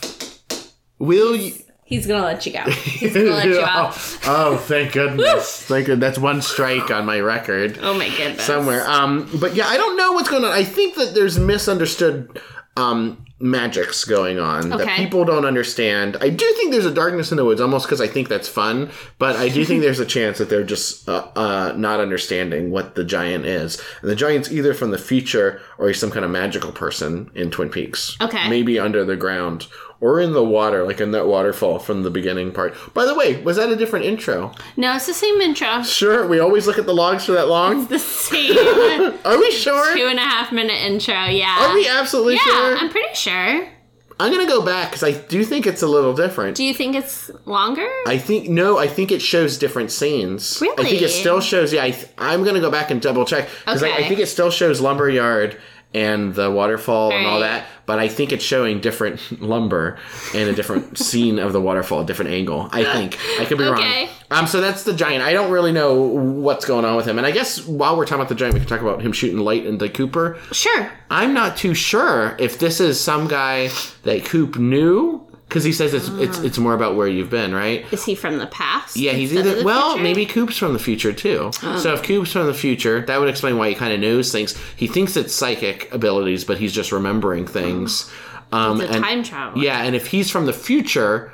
Speaker 3: will you?
Speaker 2: He's gonna let you go. He's gonna let you out.
Speaker 3: oh, oh, thank goodness. thank goodness. That's one strike on my record
Speaker 2: Oh my goodness.
Speaker 3: somewhere. Um, but yeah, I don't know what's going on. I think that there's misunderstood um, magics going on that
Speaker 2: Okay.
Speaker 3: people don't understand. I do think there's a darkness in the woods, almost because I think that's fun. But I do think there's a chance that they're just uh, uh, not understanding what the giant is. And the giant's either from the future or he's some kind of magical person in Twin Peaks.
Speaker 2: Okay.
Speaker 3: maybe under the ground. Or in the water, like in that waterfall from the beginning part. By the way, was that a different intro?
Speaker 2: No, it's the same intro.
Speaker 3: Sure, we always look at the logs for that long.
Speaker 2: The same
Speaker 3: Are we sure?
Speaker 2: two and a half minute intro. Yeah.
Speaker 3: Are we absolutely
Speaker 2: yeah,
Speaker 3: sure?
Speaker 2: I'm
Speaker 3: I'm,
Speaker 2: pretty sure.
Speaker 3: gonna go back because I do think it's a little different.
Speaker 2: Do you think it's longer?
Speaker 3: I think no, I think it shows different scenes. I think
Speaker 2: Really?
Speaker 3: it still shows. Yeah, I th- I'm gonna go back and double check because I,
Speaker 2: Okay.
Speaker 3: think it still shows lumberyard and the waterfall and all
Speaker 2: Alright.
Speaker 3: that. But I think it's showing different lumber and a different scene of the waterfall, a different angle. I think I could be
Speaker 2: Uh, Okay.
Speaker 3: wrong. Um, so that's the giant. I don't really know what's going on with him. And I guess while we're talking about the giant, we can talk about him shooting light into Cooper.
Speaker 2: Sure.
Speaker 3: I'm not too sure if this is some guy that Coop knew because he says it's
Speaker 2: Ah.
Speaker 3: it's it's more about where you've been, right?
Speaker 2: Is he from the past?
Speaker 3: Yeah, he's
Speaker 2: instead of
Speaker 3: either
Speaker 2: the
Speaker 3: well,
Speaker 2: future?
Speaker 3: maybe Coop's from the future too. So if Coop's from the future, that would explain why he kind of knows things. He thinks it's psychic abilities, but he's just remembering things. Um,
Speaker 2: It's a
Speaker 3: and-
Speaker 2: time travel.
Speaker 3: yeah, and if he's from the future,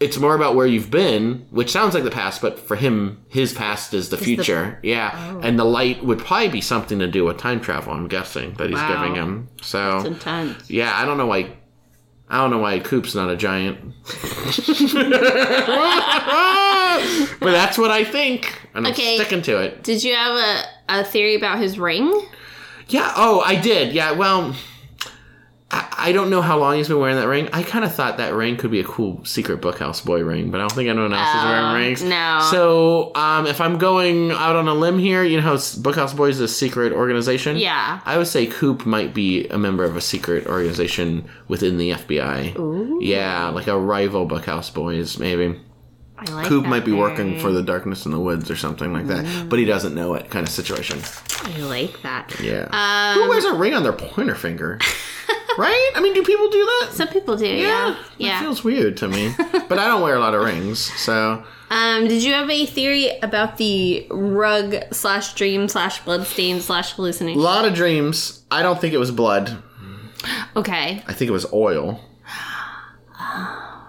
Speaker 3: it's more about where you've been, which sounds like the past, but for him, his past is the future. yeah, and the light would probably be something to do with time travel. I'm guessing that he's
Speaker 2: Wow.
Speaker 3: giving him. So
Speaker 2: It's intense.
Speaker 3: yeah, I don't know why. I don't know why Coop's not a giant, but that's what I think, and
Speaker 2: Okay.
Speaker 3: I'm sticking to it.
Speaker 2: Did you have a, a theory about his ring?
Speaker 3: Yeah. Oh, I did. Yeah. Well, I, I don't know how long he's been wearing that ring. I kind of thought that ring could be a cool secret bookhouse boy ring, but I don't think anyone else is
Speaker 2: Oh,
Speaker 3: wearing rings.
Speaker 2: no.
Speaker 3: So, um, if I'm going out on a limb here, you know how s- bookhouse boys is a secret organization.
Speaker 2: Yeah.
Speaker 3: I would say Coop might be a member of a secret organization within the FBI.
Speaker 2: Ooh.
Speaker 3: Yeah, like a rival bookhouse boys, maybe.
Speaker 2: I like
Speaker 3: Coop
Speaker 2: that
Speaker 3: might be
Speaker 2: theory.
Speaker 3: working for the darkness in the woods or something like that, but he doesn't know it kind of situation.
Speaker 2: I like that.
Speaker 3: Yeah.
Speaker 2: Um,
Speaker 3: Who wears a ring on their pointer finger? right? I mean, do people do that?
Speaker 2: Some people do. Yeah. Yeah.
Speaker 3: It feels weird to me. but I don't wear a lot of rings, so
Speaker 2: um, did you have a theory about the rug slash dream slash bloodstain slash
Speaker 3: a
Speaker 2: hallucination?
Speaker 3: lot of dreams. I don't think it was blood.
Speaker 2: Okay.
Speaker 3: I think it was oil.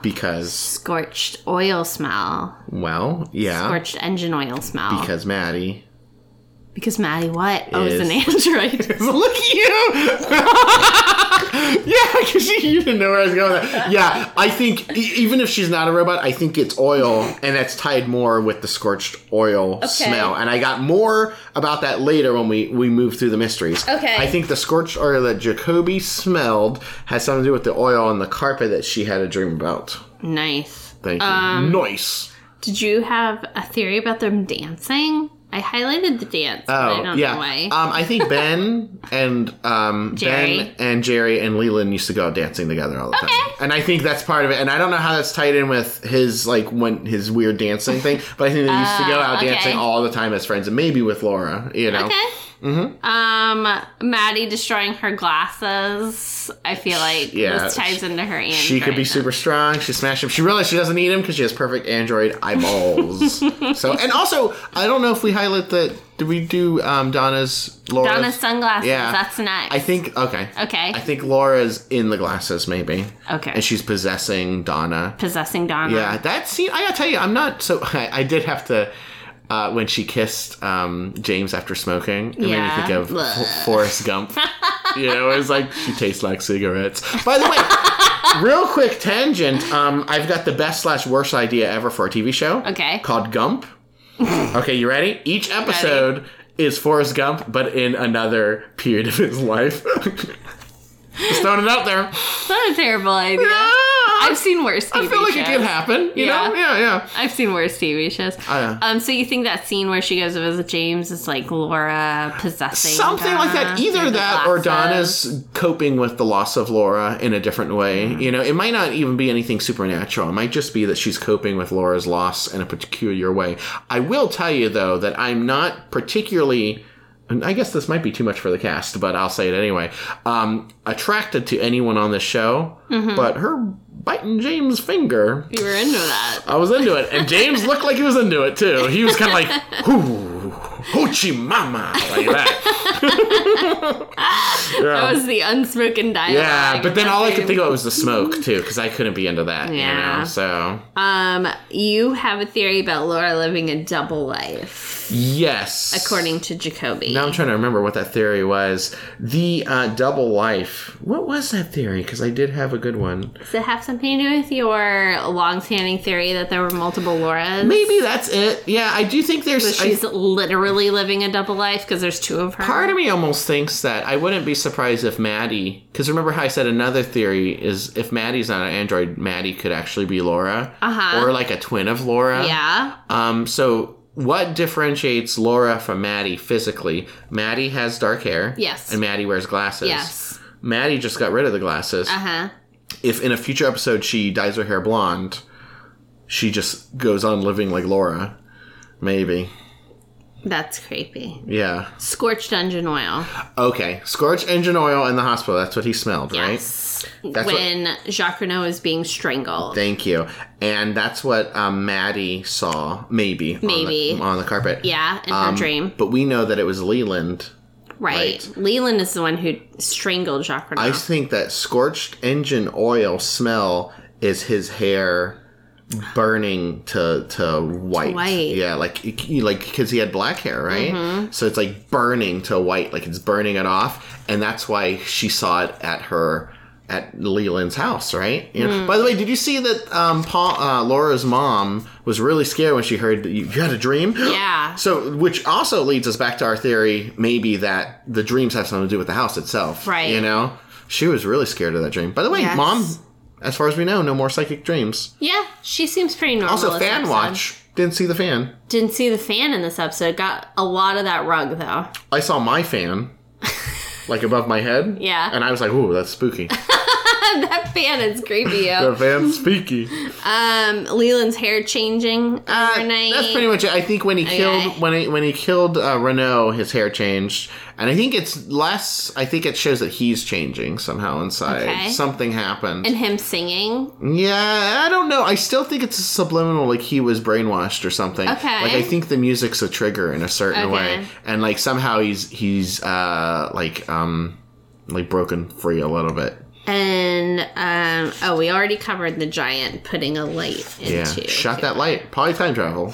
Speaker 3: because
Speaker 2: Scorched oil smell.
Speaker 3: well, yeah,
Speaker 2: Scorched engine oil smell. Because,
Speaker 3: because Maddie.
Speaker 2: Maddie, what? Oh, it's an
Speaker 3: Is-
Speaker 2: android.
Speaker 3: Look at you. yeah, because you didn't know where I was going. With that. Yeah, I think e- even if she's not a robot, I think it's oil, and that's tied more with the scorched oil smell. And I got more about that later when we we move through the mysteries.
Speaker 2: Okay.
Speaker 3: I think the scorched oil that Jacoby smelled has something to do with the oil on the carpet that she had a dream about.
Speaker 2: nice.
Speaker 3: Thank you. nice.
Speaker 2: Did you have a theory about them dancing? I highlighted the dance. but I
Speaker 3: Oh
Speaker 2: don't
Speaker 3: yeah.
Speaker 2: know why.
Speaker 3: Um, I think Ben and um,
Speaker 2: Jerry.
Speaker 3: Ben and Jerry and Leland used to go out dancing together all the time,
Speaker 2: Okay.
Speaker 3: and I think that's part of it. And I don't know how that's tied in with his like when his weird dancing thing, but I think they used to go out
Speaker 2: Uh, okay.
Speaker 3: dancing all the time as friends, and maybe with Laura, you know.
Speaker 2: okay.
Speaker 3: mm-hmm.
Speaker 2: Um, Maddie destroying her glasses. I feel like
Speaker 3: Yeah,
Speaker 2: this ties into her android.
Speaker 3: She could be super strong. She smashed him. She realized she doesn't need him because she has perfect android eyeballs. so, and also, I don't know if we highlight that. Did we do um, Donna's Laura?
Speaker 2: Donna's sunglasses.
Speaker 3: Yeah.
Speaker 2: That's next.
Speaker 3: I think okay.
Speaker 2: Okay.
Speaker 3: I think Laura's in the glasses, maybe.
Speaker 2: Okay.
Speaker 3: And she's possessing Donna.
Speaker 2: Possessing Donna.
Speaker 3: Yeah, that scene. I gotta tell you, I'm not so. I, I did have to. Uh, when she kissed um, James after smoking, it made
Speaker 2: Yeah.
Speaker 3: me think of
Speaker 2: Blah.
Speaker 3: F- Forrest Gump. you know, it was like she tastes like cigarettes. By the way, real quick tangent. Um, I've got the best slash worst idea ever for a TV show.
Speaker 2: Okay.
Speaker 3: Called Gump. okay, you ready? Each episode is Forrest Gump, but in another period of his life. Just throwing it out there.
Speaker 2: That's not a terrible idea.
Speaker 3: Ah!
Speaker 2: I've seen worse TV
Speaker 3: I feel like
Speaker 2: shows.
Speaker 3: it could happen. You
Speaker 2: Yeah.
Speaker 3: know? Yeah, yeah.
Speaker 2: I've seen worse TV shows.
Speaker 3: yeah.
Speaker 2: um, so you think that scene where she goes to visit James is like Laura possessing
Speaker 3: Something like that.
Speaker 2: Donna
Speaker 3: Either
Speaker 2: uh, through the
Speaker 3: that or
Speaker 2: glasses? Mm-hmm.
Speaker 3: Donna's coping with the loss of Laura in a different way. You know, it might not even be anything supernatural. It might just be that she's coping with Laura's loss in a peculiar way. I will tell you, though, that I'm not particularly. and I guess this might be too much for the cast, but I'll say it anyway. Um, attracted to anyone on this show,
Speaker 2: Mm-hmm.
Speaker 3: but her biting James' finger
Speaker 2: You were into that.
Speaker 3: I was into it, and James looked like he was into it too. He was kind of like, "Ooh, hoochie mama," like that. yeah.
Speaker 2: That was the unspoken dialogue.
Speaker 3: yeah, but then all I could
Speaker 2: Nothing.
Speaker 3: think of was the smoke too, because I couldn't be into that. You
Speaker 2: Yeah.
Speaker 3: know, so
Speaker 2: Um, you have a theory about Laura living a double life,
Speaker 3: yes,
Speaker 2: according to Jacoby.
Speaker 3: Now I'm trying to remember what that theory was. The uh, double life. What was that theory? Because I did have a good one.
Speaker 2: Does it have something to do with your long-standing theory that there were multiple Lauras?
Speaker 3: Maybe that's it. Yeah, I do think there's.
Speaker 2: So
Speaker 3: I
Speaker 2: she's literally living a double life because there's two of her.
Speaker 3: Part of me almost thinks that I wouldn't be surprised if Maddie, because remember how I said another theory is if Maddie's not an android, Maddie could actually be Laura,
Speaker 2: Uh-huh.
Speaker 3: or like a twin of Laura.
Speaker 2: yeah.
Speaker 3: Um. So what differentiates Laura from Maddie physically? Maddie has dark hair.
Speaker 2: Yes.
Speaker 3: And Maddie wears glasses.
Speaker 2: Yes.
Speaker 3: Maddie just got rid of the glasses.
Speaker 2: Uh huh.
Speaker 3: If in a future episode she dyes her hair blonde, she just goes on living like Laura. Maybe.
Speaker 2: That's creepy.
Speaker 3: Yeah.
Speaker 2: Scorched engine oil.
Speaker 3: Okay. Scorch engine oil in the hospital. That's what he smelled, right?
Speaker 2: Yes.
Speaker 3: That's what-
Speaker 2: when Jacques Renault is being strangled.
Speaker 3: Thank you. And that's what um, Maddie saw, maybe. on the-
Speaker 2: Maybe.
Speaker 3: On the, carpet.
Speaker 2: yeah, in
Speaker 3: Um,
Speaker 2: her dream.
Speaker 3: But we know that it was Leland.
Speaker 2: Right. Leland is the one who strangled Jacques Renault.
Speaker 3: I think that scorched engine oil smell is his hair burning to to white.
Speaker 2: white.
Speaker 3: Yeah, like it- you- like cuz he had black hair, right? So it's like burning to white, like it's burning it off, and that's why she saw it at her at Leland's house, right? You know? By the way, did you see that um Paul, uh, Laura's mom was really scared when she heard that you, you had a dream?
Speaker 2: yeah.
Speaker 3: So, which also leads us back to our theory, maybe that the dreams have something to do with the house itself.
Speaker 2: Right.
Speaker 3: You know, she was really scared of that dream. By the way,
Speaker 2: Yes.
Speaker 3: mom, as far as we know, no more psychic dreams.
Speaker 2: Yeah, she seems pretty normal.
Speaker 3: Also,
Speaker 2: this
Speaker 3: fan
Speaker 2: episode.
Speaker 3: watch didn't see the fan.
Speaker 2: Didn't see the fan in this episode. Got a lot of that rug though.
Speaker 3: I saw my fan, like above my head.
Speaker 2: Yeah.
Speaker 3: And I was like, "Ooh, that's spooky.
Speaker 2: that fan is creepy.
Speaker 3: the
Speaker 2: Yo.
Speaker 3: fan's spooky."
Speaker 2: um, Leland's hair changing overnight.
Speaker 3: Uh, That's pretty much it. I think when he killed when he, when he killed uh, Renault, his hair changed, and I think it's less. I think it shows that he's changing somehow inside.
Speaker 2: Okay.
Speaker 3: Something happened.
Speaker 2: and him singing.
Speaker 3: Yeah, I don't know. I still think it's subliminal, like he was brainwashed or something.
Speaker 2: Okay.
Speaker 3: Like I think the music's a trigger in a certain
Speaker 2: Okay.
Speaker 3: way, and like somehow he's he's uh like um like broken free a little bit.
Speaker 2: And Um, oh, we already covered the giant putting a light
Speaker 3: Yeah.
Speaker 2: into.
Speaker 3: Shot that light. Probably time travel.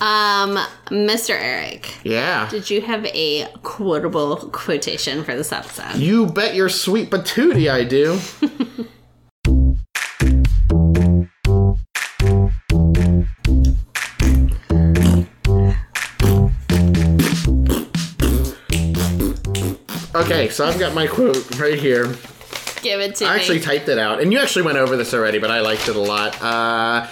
Speaker 2: Um, Mr. Eric,
Speaker 3: Yeah.
Speaker 2: did you have a quotable quotation for this episode?
Speaker 3: You bet your sweet patootie I do. okay, so I've got my quote right here.
Speaker 2: Give it to
Speaker 3: I
Speaker 2: me.
Speaker 3: actually typed it out, and you actually went over this already, but I liked it a lot. Uh,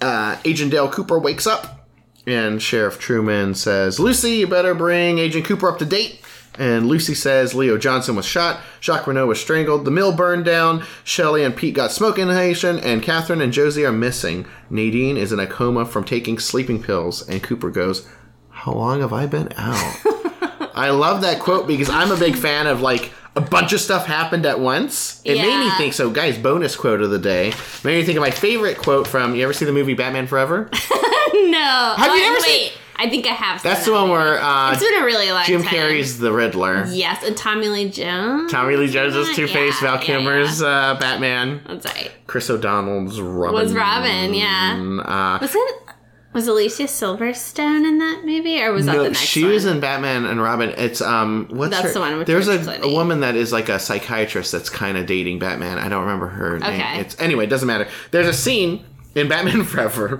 Speaker 3: uh, Agent Dale Cooper wakes up, and Sheriff Truman says, "Lucy, you better bring Agent Cooper up to date." And Lucy says Leo Johnson was shot, Jacques Renault was strangled, the mill burned down, Shelley and Pete got smoke inhalation, and Catherine and Josie are missing. Nadine is in a coma from taking sleeping pills, and Cooper goes, How long have I been out? I love that quote because I'm a big fan of like a bunch of stuff happened at once. It made me
Speaker 2: Yeah.
Speaker 3: think. So, guys, bonus quote of the day made me think of my favorite quote from. You ever see the movie Batman
Speaker 2: no.
Speaker 3: Forever? Have you
Speaker 2: Oh,
Speaker 3: ever
Speaker 2: wait,
Speaker 3: seen-
Speaker 2: I think I have.
Speaker 3: That's the
Speaker 2: seen that.
Speaker 3: one where uh,
Speaker 2: It's been a really long
Speaker 3: Jim
Speaker 2: time.
Speaker 3: Carrey's the Riddler.
Speaker 2: Yes, and Tommy Lee Jones.
Speaker 3: Tommy Lee Jones's
Speaker 2: Yeah,
Speaker 3: Two Face,
Speaker 2: yeah,
Speaker 3: Val
Speaker 2: yeah.
Speaker 3: Kilmer's Uh, Batman,
Speaker 2: That's right.
Speaker 3: Chris O'Donnell's Robin.
Speaker 2: Was Robin? Yeah.
Speaker 3: Uh,
Speaker 2: Was it? Was Alicia Silverstone in that movie, or was that the
Speaker 3: no,
Speaker 2: next
Speaker 3: she
Speaker 2: one?
Speaker 3: was in Batman and Robin. It's um, what's
Speaker 2: That's
Speaker 3: her-
Speaker 2: the one with
Speaker 3: There's
Speaker 2: George
Speaker 3: a,
Speaker 2: Clooney.
Speaker 3: a woman that is like a psychiatrist that's kind of dating Batman. I don't remember her name.
Speaker 2: Okay.
Speaker 3: It's anyway, it doesn't matter. There's a scene in Batman Forever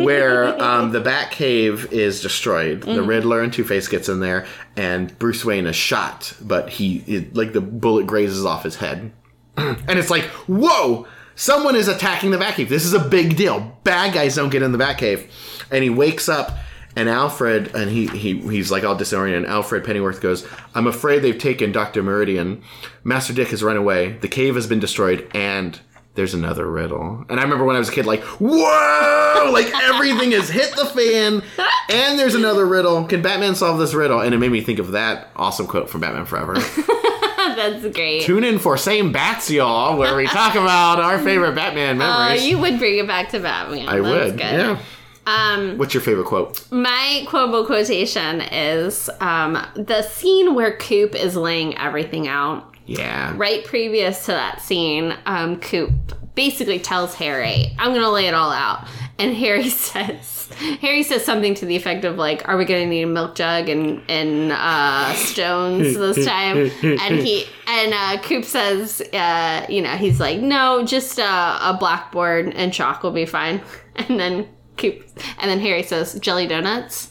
Speaker 3: where um, the Batcave is destroyed.
Speaker 2: Mm-hmm.
Speaker 3: The Riddler and Two Face gets in there, and Bruce Wayne is shot, but he it, like the bullet grazes off his head, and it's like whoa. Someone is attacking the Batcave. This is a big deal. Bad guys don't get in the Batcave. And he wakes up and Alfred and he, he he's like all disoriented. And Alfred Pennyworth goes, "I'm afraid they've taken Doctor Meridian. Master Dick has run away. The cave has been destroyed, and there's another riddle." And I remember when I was a kid, like, "Whoa!" Like everything has hit the fan, and there's another riddle. Can Batman solve this riddle? And it made me think of that awesome quote from Batman Forever.
Speaker 2: That's great.
Speaker 3: Tune in for same bats, y'all, where we talk about our favorite Batman
Speaker 2: Oh,
Speaker 3: memories.
Speaker 2: you would bring it back to Batman.
Speaker 3: I
Speaker 2: That's
Speaker 3: would,
Speaker 2: Good.
Speaker 3: yeah.
Speaker 2: Um,
Speaker 3: What's your favorite quote?
Speaker 2: my quotable quotation is um, the scene where Coop is laying everything out.
Speaker 3: Yeah.
Speaker 2: Right previous to that scene, um, Coop basically tells Harry, "I'm gonna lay it all out," and Harry says, "Harry says something to the effect of like, are we gonna need a milk jug and and uh, stones this time?" and he and uh, Coop says, uh, "You know, he's like, no, just uh, a blackboard and chalk will be fine." And then Coop and then Harry says, "Jelly donuts,"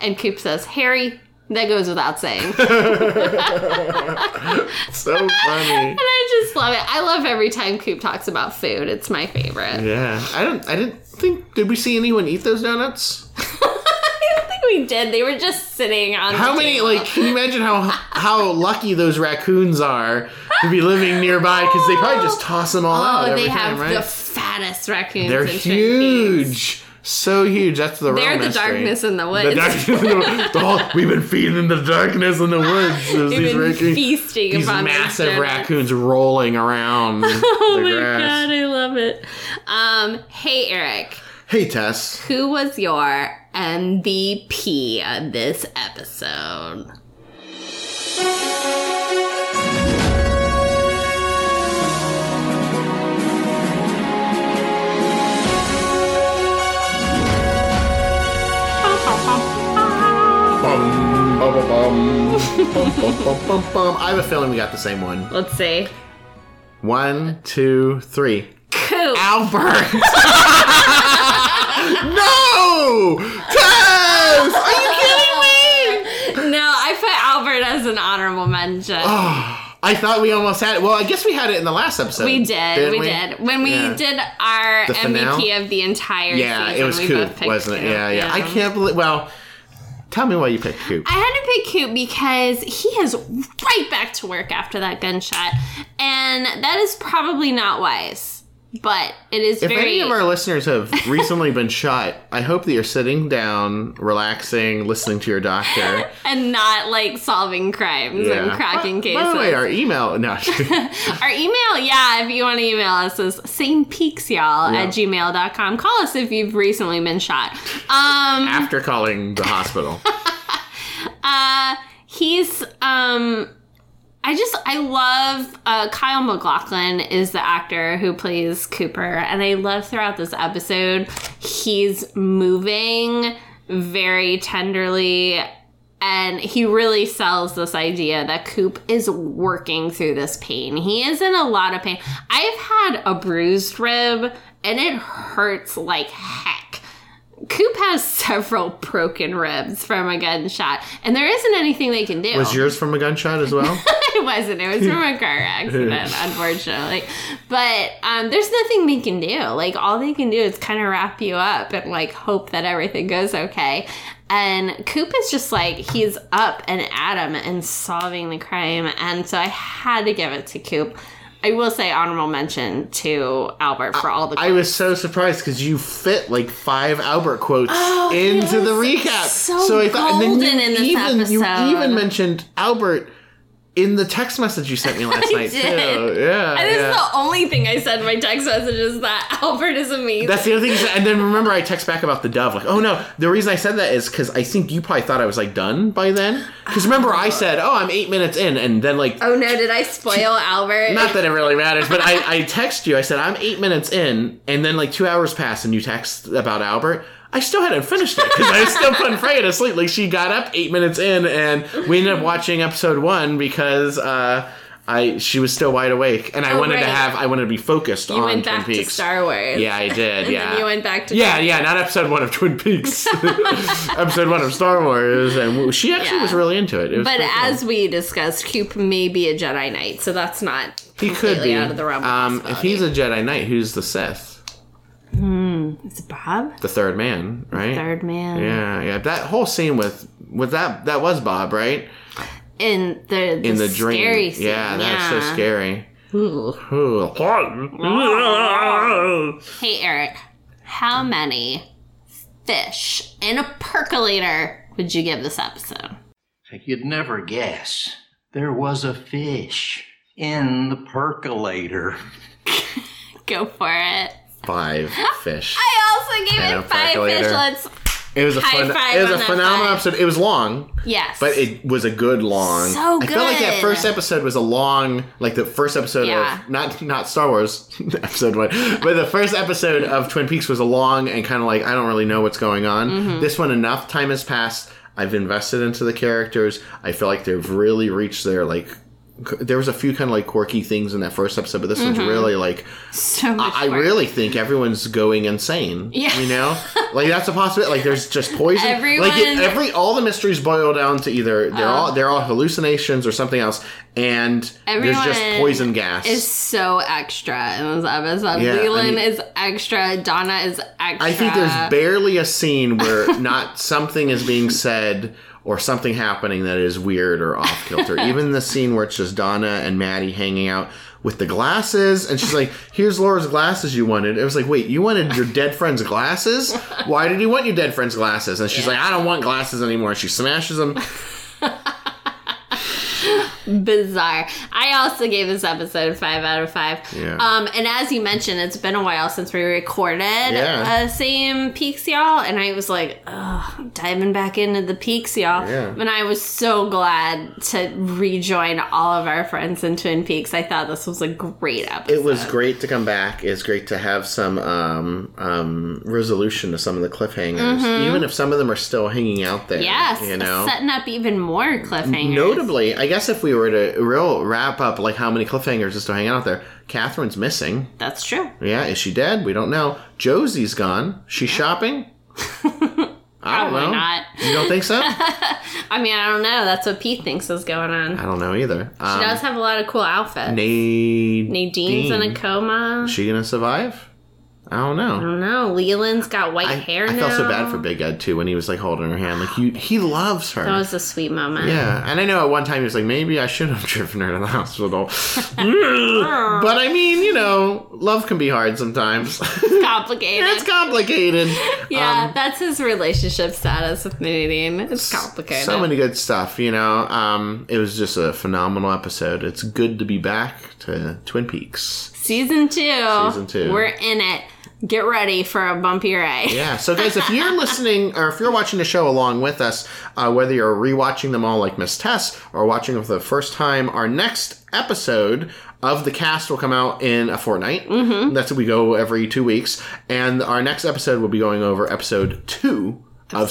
Speaker 2: and Coop says, "Harry." That goes without saying.
Speaker 3: So funny.
Speaker 2: And I just love it. I love every time Coop talks about food. It's my favorite.
Speaker 3: Yeah, I don't. I didn't think. Did we see anyone eat those donuts?
Speaker 2: I don't think we did. They were just sitting on.
Speaker 3: How
Speaker 2: the
Speaker 3: many?
Speaker 2: table.
Speaker 3: Like, can you imagine how how lucky those raccoons are to be living nearby? Because they probably just toss them all out
Speaker 2: Oh,
Speaker 3: every
Speaker 2: they
Speaker 3: time,
Speaker 2: have
Speaker 3: right?
Speaker 2: the fattest raccoons.
Speaker 3: They're
Speaker 2: and chimpanzees.
Speaker 3: huge. So huge. That's the
Speaker 2: They're
Speaker 3: real
Speaker 2: the
Speaker 3: mystery.
Speaker 2: darkness in the
Speaker 3: The
Speaker 2: woods.
Speaker 3: darkness in the, the whole, we've been feeding in the darkness in the woods. There's
Speaker 2: They've
Speaker 3: these
Speaker 2: been
Speaker 3: raccoons,
Speaker 2: feasting
Speaker 3: these
Speaker 2: upon these
Speaker 3: massive
Speaker 2: donuts.
Speaker 3: raccoons rolling around
Speaker 2: Oh
Speaker 3: the
Speaker 2: my
Speaker 3: grass.
Speaker 2: god, I love it. Um, hey Eric,
Speaker 3: Hey Tess,
Speaker 2: who was your MVP of this episode?
Speaker 3: Bum, bum, bum, bum. Bum, bum, bum, bum. I have a feeling we got the same one.
Speaker 2: Let's see.
Speaker 3: One, two, three.
Speaker 2: Coop.
Speaker 3: Albert! no! Tess! Are you kidding me?
Speaker 2: No, I put Albert as an honorable mention.
Speaker 3: Oh, I thought we almost had it. Well, I guess we had it in the last episode.
Speaker 2: we did.
Speaker 3: didn't
Speaker 2: We, did. When we
Speaker 3: Yeah.
Speaker 2: did our
Speaker 3: The finale?
Speaker 2: MVP of the entire
Speaker 3: Yeah,
Speaker 2: season,
Speaker 3: it was
Speaker 2: we both
Speaker 3: Coop,
Speaker 2: picked
Speaker 3: wasn't it?
Speaker 2: Coop.
Speaker 3: Yeah, yeah, I can't believe. Well, tell me why you picked Coop.
Speaker 2: I had to pick Coop because he is right back to work after that gunshot, and that is probably not wise, but it is
Speaker 3: if
Speaker 2: very.
Speaker 3: any of our listeners have recently been shot, I hope that you're sitting down, relaxing, listening to your doctor.
Speaker 2: and not like solving crimes and cracking
Speaker 3: By-
Speaker 2: cases.
Speaker 3: By the way, our email. No.
Speaker 2: Our email, yeah, if you want to email us, is samepeaksy'all at gmail.com. Call us if you've recently been shot. Um,
Speaker 3: after calling the hospital.
Speaker 2: uh, he's, um, I just I love uh, Kyle McLaughlin is the actor who plays Cooper, and I love throughout this episode he's moving very tenderly, and he really sells this idea that Coop is working through this pain. He is in a lot of pain. I've had a bruised rib, and it hurts like heck. Coop has several broken ribs from a gunshot, and there isn't anything they can do
Speaker 3: Was yours from a gunshot as well?
Speaker 2: it wasn't. It was from a car accident, unfortunately. But um, there's nothing they can do. Like all they can do is kind of wrap you up and like hope that everything goes okay. And Coop is just like he's up and at 'em and solving the crime. And so I had to give it to Coop. I will say honorable mention to Albert for all the.
Speaker 3: I was so surprised because you fit like five Albert quotes into
Speaker 2: it
Speaker 3: the
Speaker 2: was
Speaker 3: recap.
Speaker 2: Oh, so
Speaker 3: I thought, and then
Speaker 2: golden
Speaker 3: you
Speaker 2: in this
Speaker 3: even you
Speaker 2: episode.
Speaker 3: even mentioned Albert in the text message you sent me last night
Speaker 2: did.
Speaker 3: too. Yeah,
Speaker 2: and this
Speaker 3: yeah.
Speaker 2: is the only thing I said in my text message is that Albert is amazing.
Speaker 3: That's the other thing. is- And then remember, I text back about the dove. Like, oh no, the reason I said that is because I think you probably thought I was like done by then. Because remember, I said, oh, I'm eight minutes in, and then like
Speaker 2: oh no! Did I spoil Albert?
Speaker 3: Not that it really matters, but I, I text you. I said, I'm eight minutes in, and then like two hours pass, and you text about Albert. I still hadn't finished it because I still couldn't Freya to sleep. Like, she got up eight minutes in, and we ended up watching episode one because, uh, I she was still wide awake, and I
Speaker 2: Oh,
Speaker 3: wanted
Speaker 2: right.
Speaker 3: to have I wanted to be focused
Speaker 2: You
Speaker 3: on
Speaker 2: went
Speaker 3: Twin
Speaker 2: back
Speaker 3: Peaks.
Speaker 2: to Star Wars.
Speaker 3: Yeah, I did. yeah,
Speaker 2: you went back to
Speaker 3: yeah,
Speaker 2: Star
Speaker 3: yeah, not episode one of Twin Peaks, episode one of Star Wars, and she actually
Speaker 2: Yeah.
Speaker 3: was really into it. It was
Speaker 2: But
Speaker 3: pretty cool.
Speaker 2: as we discussed, Coop may be a Jedi Knight, so that's not
Speaker 3: he could
Speaker 2: completely
Speaker 3: be
Speaker 2: out of the realm. Of
Speaker 3: um, if
Speaker 2: possibility.
Speaker 3: he's a Jedi Knight, who's the Sith?
Speaker 2: it's Bob,
Speaker 3: the third man, right?
Speaker 2: third man,
Speaker 3: Yeah, yeah. That whole scene with with that that was Bob, right?
Speaker 2: in the, the
Speaker 3: In the dream.
Speaker 2: scary scene.
Speaker 3: yeah, that's so scary.
Speaker 2: Ooh.
Speaker 3: Ooh.
Speaker 2: Hey Eric, how many fish in a percolator would you give this episode?
Speaker 4: You'd never guess. There was a fish in the percolator.
Speaker 2: Go for it.
Speaker 3: Five fish.
Speaker 2: I also gave
Speaker 3: And
Speaker 2: it
Speaker 3: a
Speaker 2: five fish.
Speaker 3: percolator.
Speaker 2: Let's
Speaker 3: It was a
Speaker 2: High
Speaker 3: fun,
Speaker 2: five
Speaker 3: it was
Speaker 2: on
Speaker 3: a
Speaker 2: that
Speaker 3: phenomenal
Speaker 2: five.
Speaker 3: episode. It was long,
Speaker 2: yes,
Speaker 3: but it was a good long.
Speaker 2: So
Speaker 3: I felt like that
Speaker 2: good.
Speaker 3: first episode was a long, like the first episode
Speaker 2: Yeah.
Speaker 3: of not not Star Wars episode one, but the first episode of Twin Peaks was a long and kind of like I don't really know what's going on.
Speaker 2: Mm-hmm.
Speaker 3: This one, enough time has passed. I've invested into the characters. I feel like they've really reached their like. c- There was a few kind of like quirky things in that first episode, but this one's
Speaker 2: Mm-hmm.
Speaker 3: really like
Speaker 2: so much
Speaker 3: I
Speaker 2: work.
Speaker 3: really think everyone's going insane.
Speaker 2: Yeah.
Speaker 3: You know? Like that's a possibility. Like there's just poison. Like
Speaker 2: Everyone- Uh.
Speaker 3: every all the mysteries boil down to either they're all they're all hallucinations or something else and there's just
Speaker 2: Everyone
Speaker 3: poison gas.
Speaker 2: is so extra in this episode.
Speaker 3: Yeah, I
Speaker 2: Leland
Speaker 3: mean-
Speaker 2: is extra. Donna is extra.
Speaker 3: I think there's barely a scene where not something is being said or something happening that is weird or off kilter. Even the scene where it's just Donna and Maddie hanging out with the glasses, and she's like, "Here's Laura's glasses you wanted." It was like, "Wait, you wanted your dead friend's glasses? Why did you want your dead friend's glasses?" And she's like, "I don't want glasses anymore." She smashes them.
Speaker 2: bizarre. I also gave this episode five out of five.
Speaker 3: Yeah.
Speaker 2: Um, and as you mentioned, it's been a while since we recorded
Speaker 3: Yeah.
Speaker 2: uh, same peaks, y'all. And I was like, Ugh, diving back into the peaks, y'all.
Speaker 3: Yeah.
Speaker 2: And I was so glad to rejoin all of our friends in Twin Peaks. I thought this was a great episode.
Speaker 3: It was great to come back. It's great to have some um, um, resolution to some of the cliffhangers, even if some of them are still hanging out there.
Speaker 2: yes,
Speaker 3: you know,
Speaker 2: setting up even more cliffhangers.
Speaker 3: Notably, I guess if we were to real wrap up like how many cliffhangers is still hanging out there, Catherine's missing.
Speaker 2: That's true.
Speaker 3: Yeah, is she dead? We don't know. Josie's gone. She's shopping? I don't
Speaker 2: Probably
Speaker 3: know.
Speaker 2: not.
Speaker 3: You don't think so? I
Speaker 2: I mean, I don't know. That's what Pete thinks is going on.
Speaker 3: don't know either. Um,
Speaker 2: She does have a lot of cool outfits.
Speaker 3: Nadine.
Speaker 2: Nadine's in a coma.
Speaker 3: Is she gonna survive? I don't know.
Speaker 2: I don't know. Leland's got white
Speaker 3: I,
Speaker 2: hair
Speaker 3: I
Speaker 2: now.
Speaker 3: felt so bad for Big Ed too when he was like holding her hand. Like you, he loves her.
Speaker 2: That was a sweet moment.
Speaker 3: Yeah, and I know at one time he was like, maybe I should have driven her to the hospital. but I mean, you know, love can be hard sometimes.
Speaker 2: Complicated.
Speaker 3: it's complicated.
Speaker 2: yeah, that's his relationship status with Nadine. It's complicated.
Speaker 3: So many good stuff, you know. Um, it was just a phenomenal episode. It's good to be back to Twin Peaks.
Speaker 2: Season two.
Speaker 3: Season two.
Speaker 2: We're in it. Get ready for a bumpy ride.
Speaker 3: Yeah. So, guys, if you're listening or if you're watching the show along with us, uh, whether you're rewatching them all like Miss Tess or watching them for the first time, our next episode of the cast will come out in a fortnight. Mm-hmm. That's we go every two weeks, and our next episode will be going over episode two. Of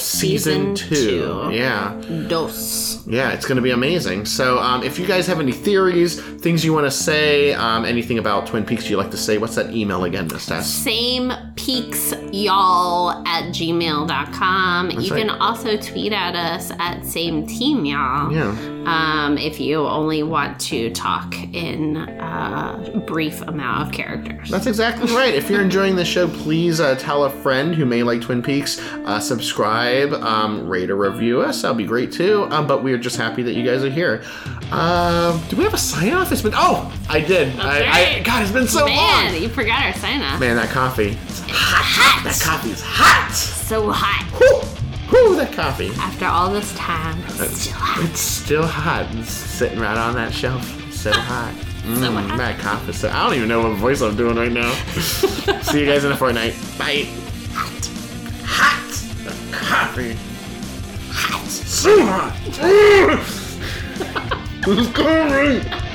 Speaker 2: Season
Speaker 3: season, two.
Speaker 2: two.
Speaker 3: Yeah.
Speaker 2: Dos.
Speaker 3: Yeah, it's going to be amazing. So, um, if you guys have any theories, things you want to say, um, anything about Twin Peaks you like to say, what's that email again, Miss Tess?
Speaker 2: Same peaks y'all at gmail.com. you
Speaker 3: right.
Speaker 2: can also tweet at us at same team y'all.
Speaker 3: Yeah.
Speaker 2: Um, if you only want to talk in a brief amount of characters.
Speaker 3: That's exactly right. If you're enjoying this show, please uh, tell a friend who may like Twin Peaks. Uh, subscribe, um, rate or review us. That'll be great too. Um, but we are just happy that you guys are here. Uh, do we have a sign off? It's been oh, I did. I, I
Speaker 2: right.
Speaker 3: God, it's been so
Speaker 2: Man,
Speaker 3: long.
Speaker 2: you forgot our sign off.
Speaker 3: Man, that coffee, that
Speaker 2: Hot.
Speaker 3: coffee is hot.
Speaker 2: So hot.
Speaker 3: Whew, whew, that coffee.
Speaker 2: After all this time, it's still hot.
Speaker 3: It's still hot. It's sitting right on that shelf. So hot.
Speaker 2: So
Speaker 3: Mm,
Speaker 2: hot.
Speaker 3: that coffee. So I don't even know what voice I'm doing right now. See you guys in a fortnight. Bye. Hot. Hot. Coffee. Hot. So hot. Mm. it's coming.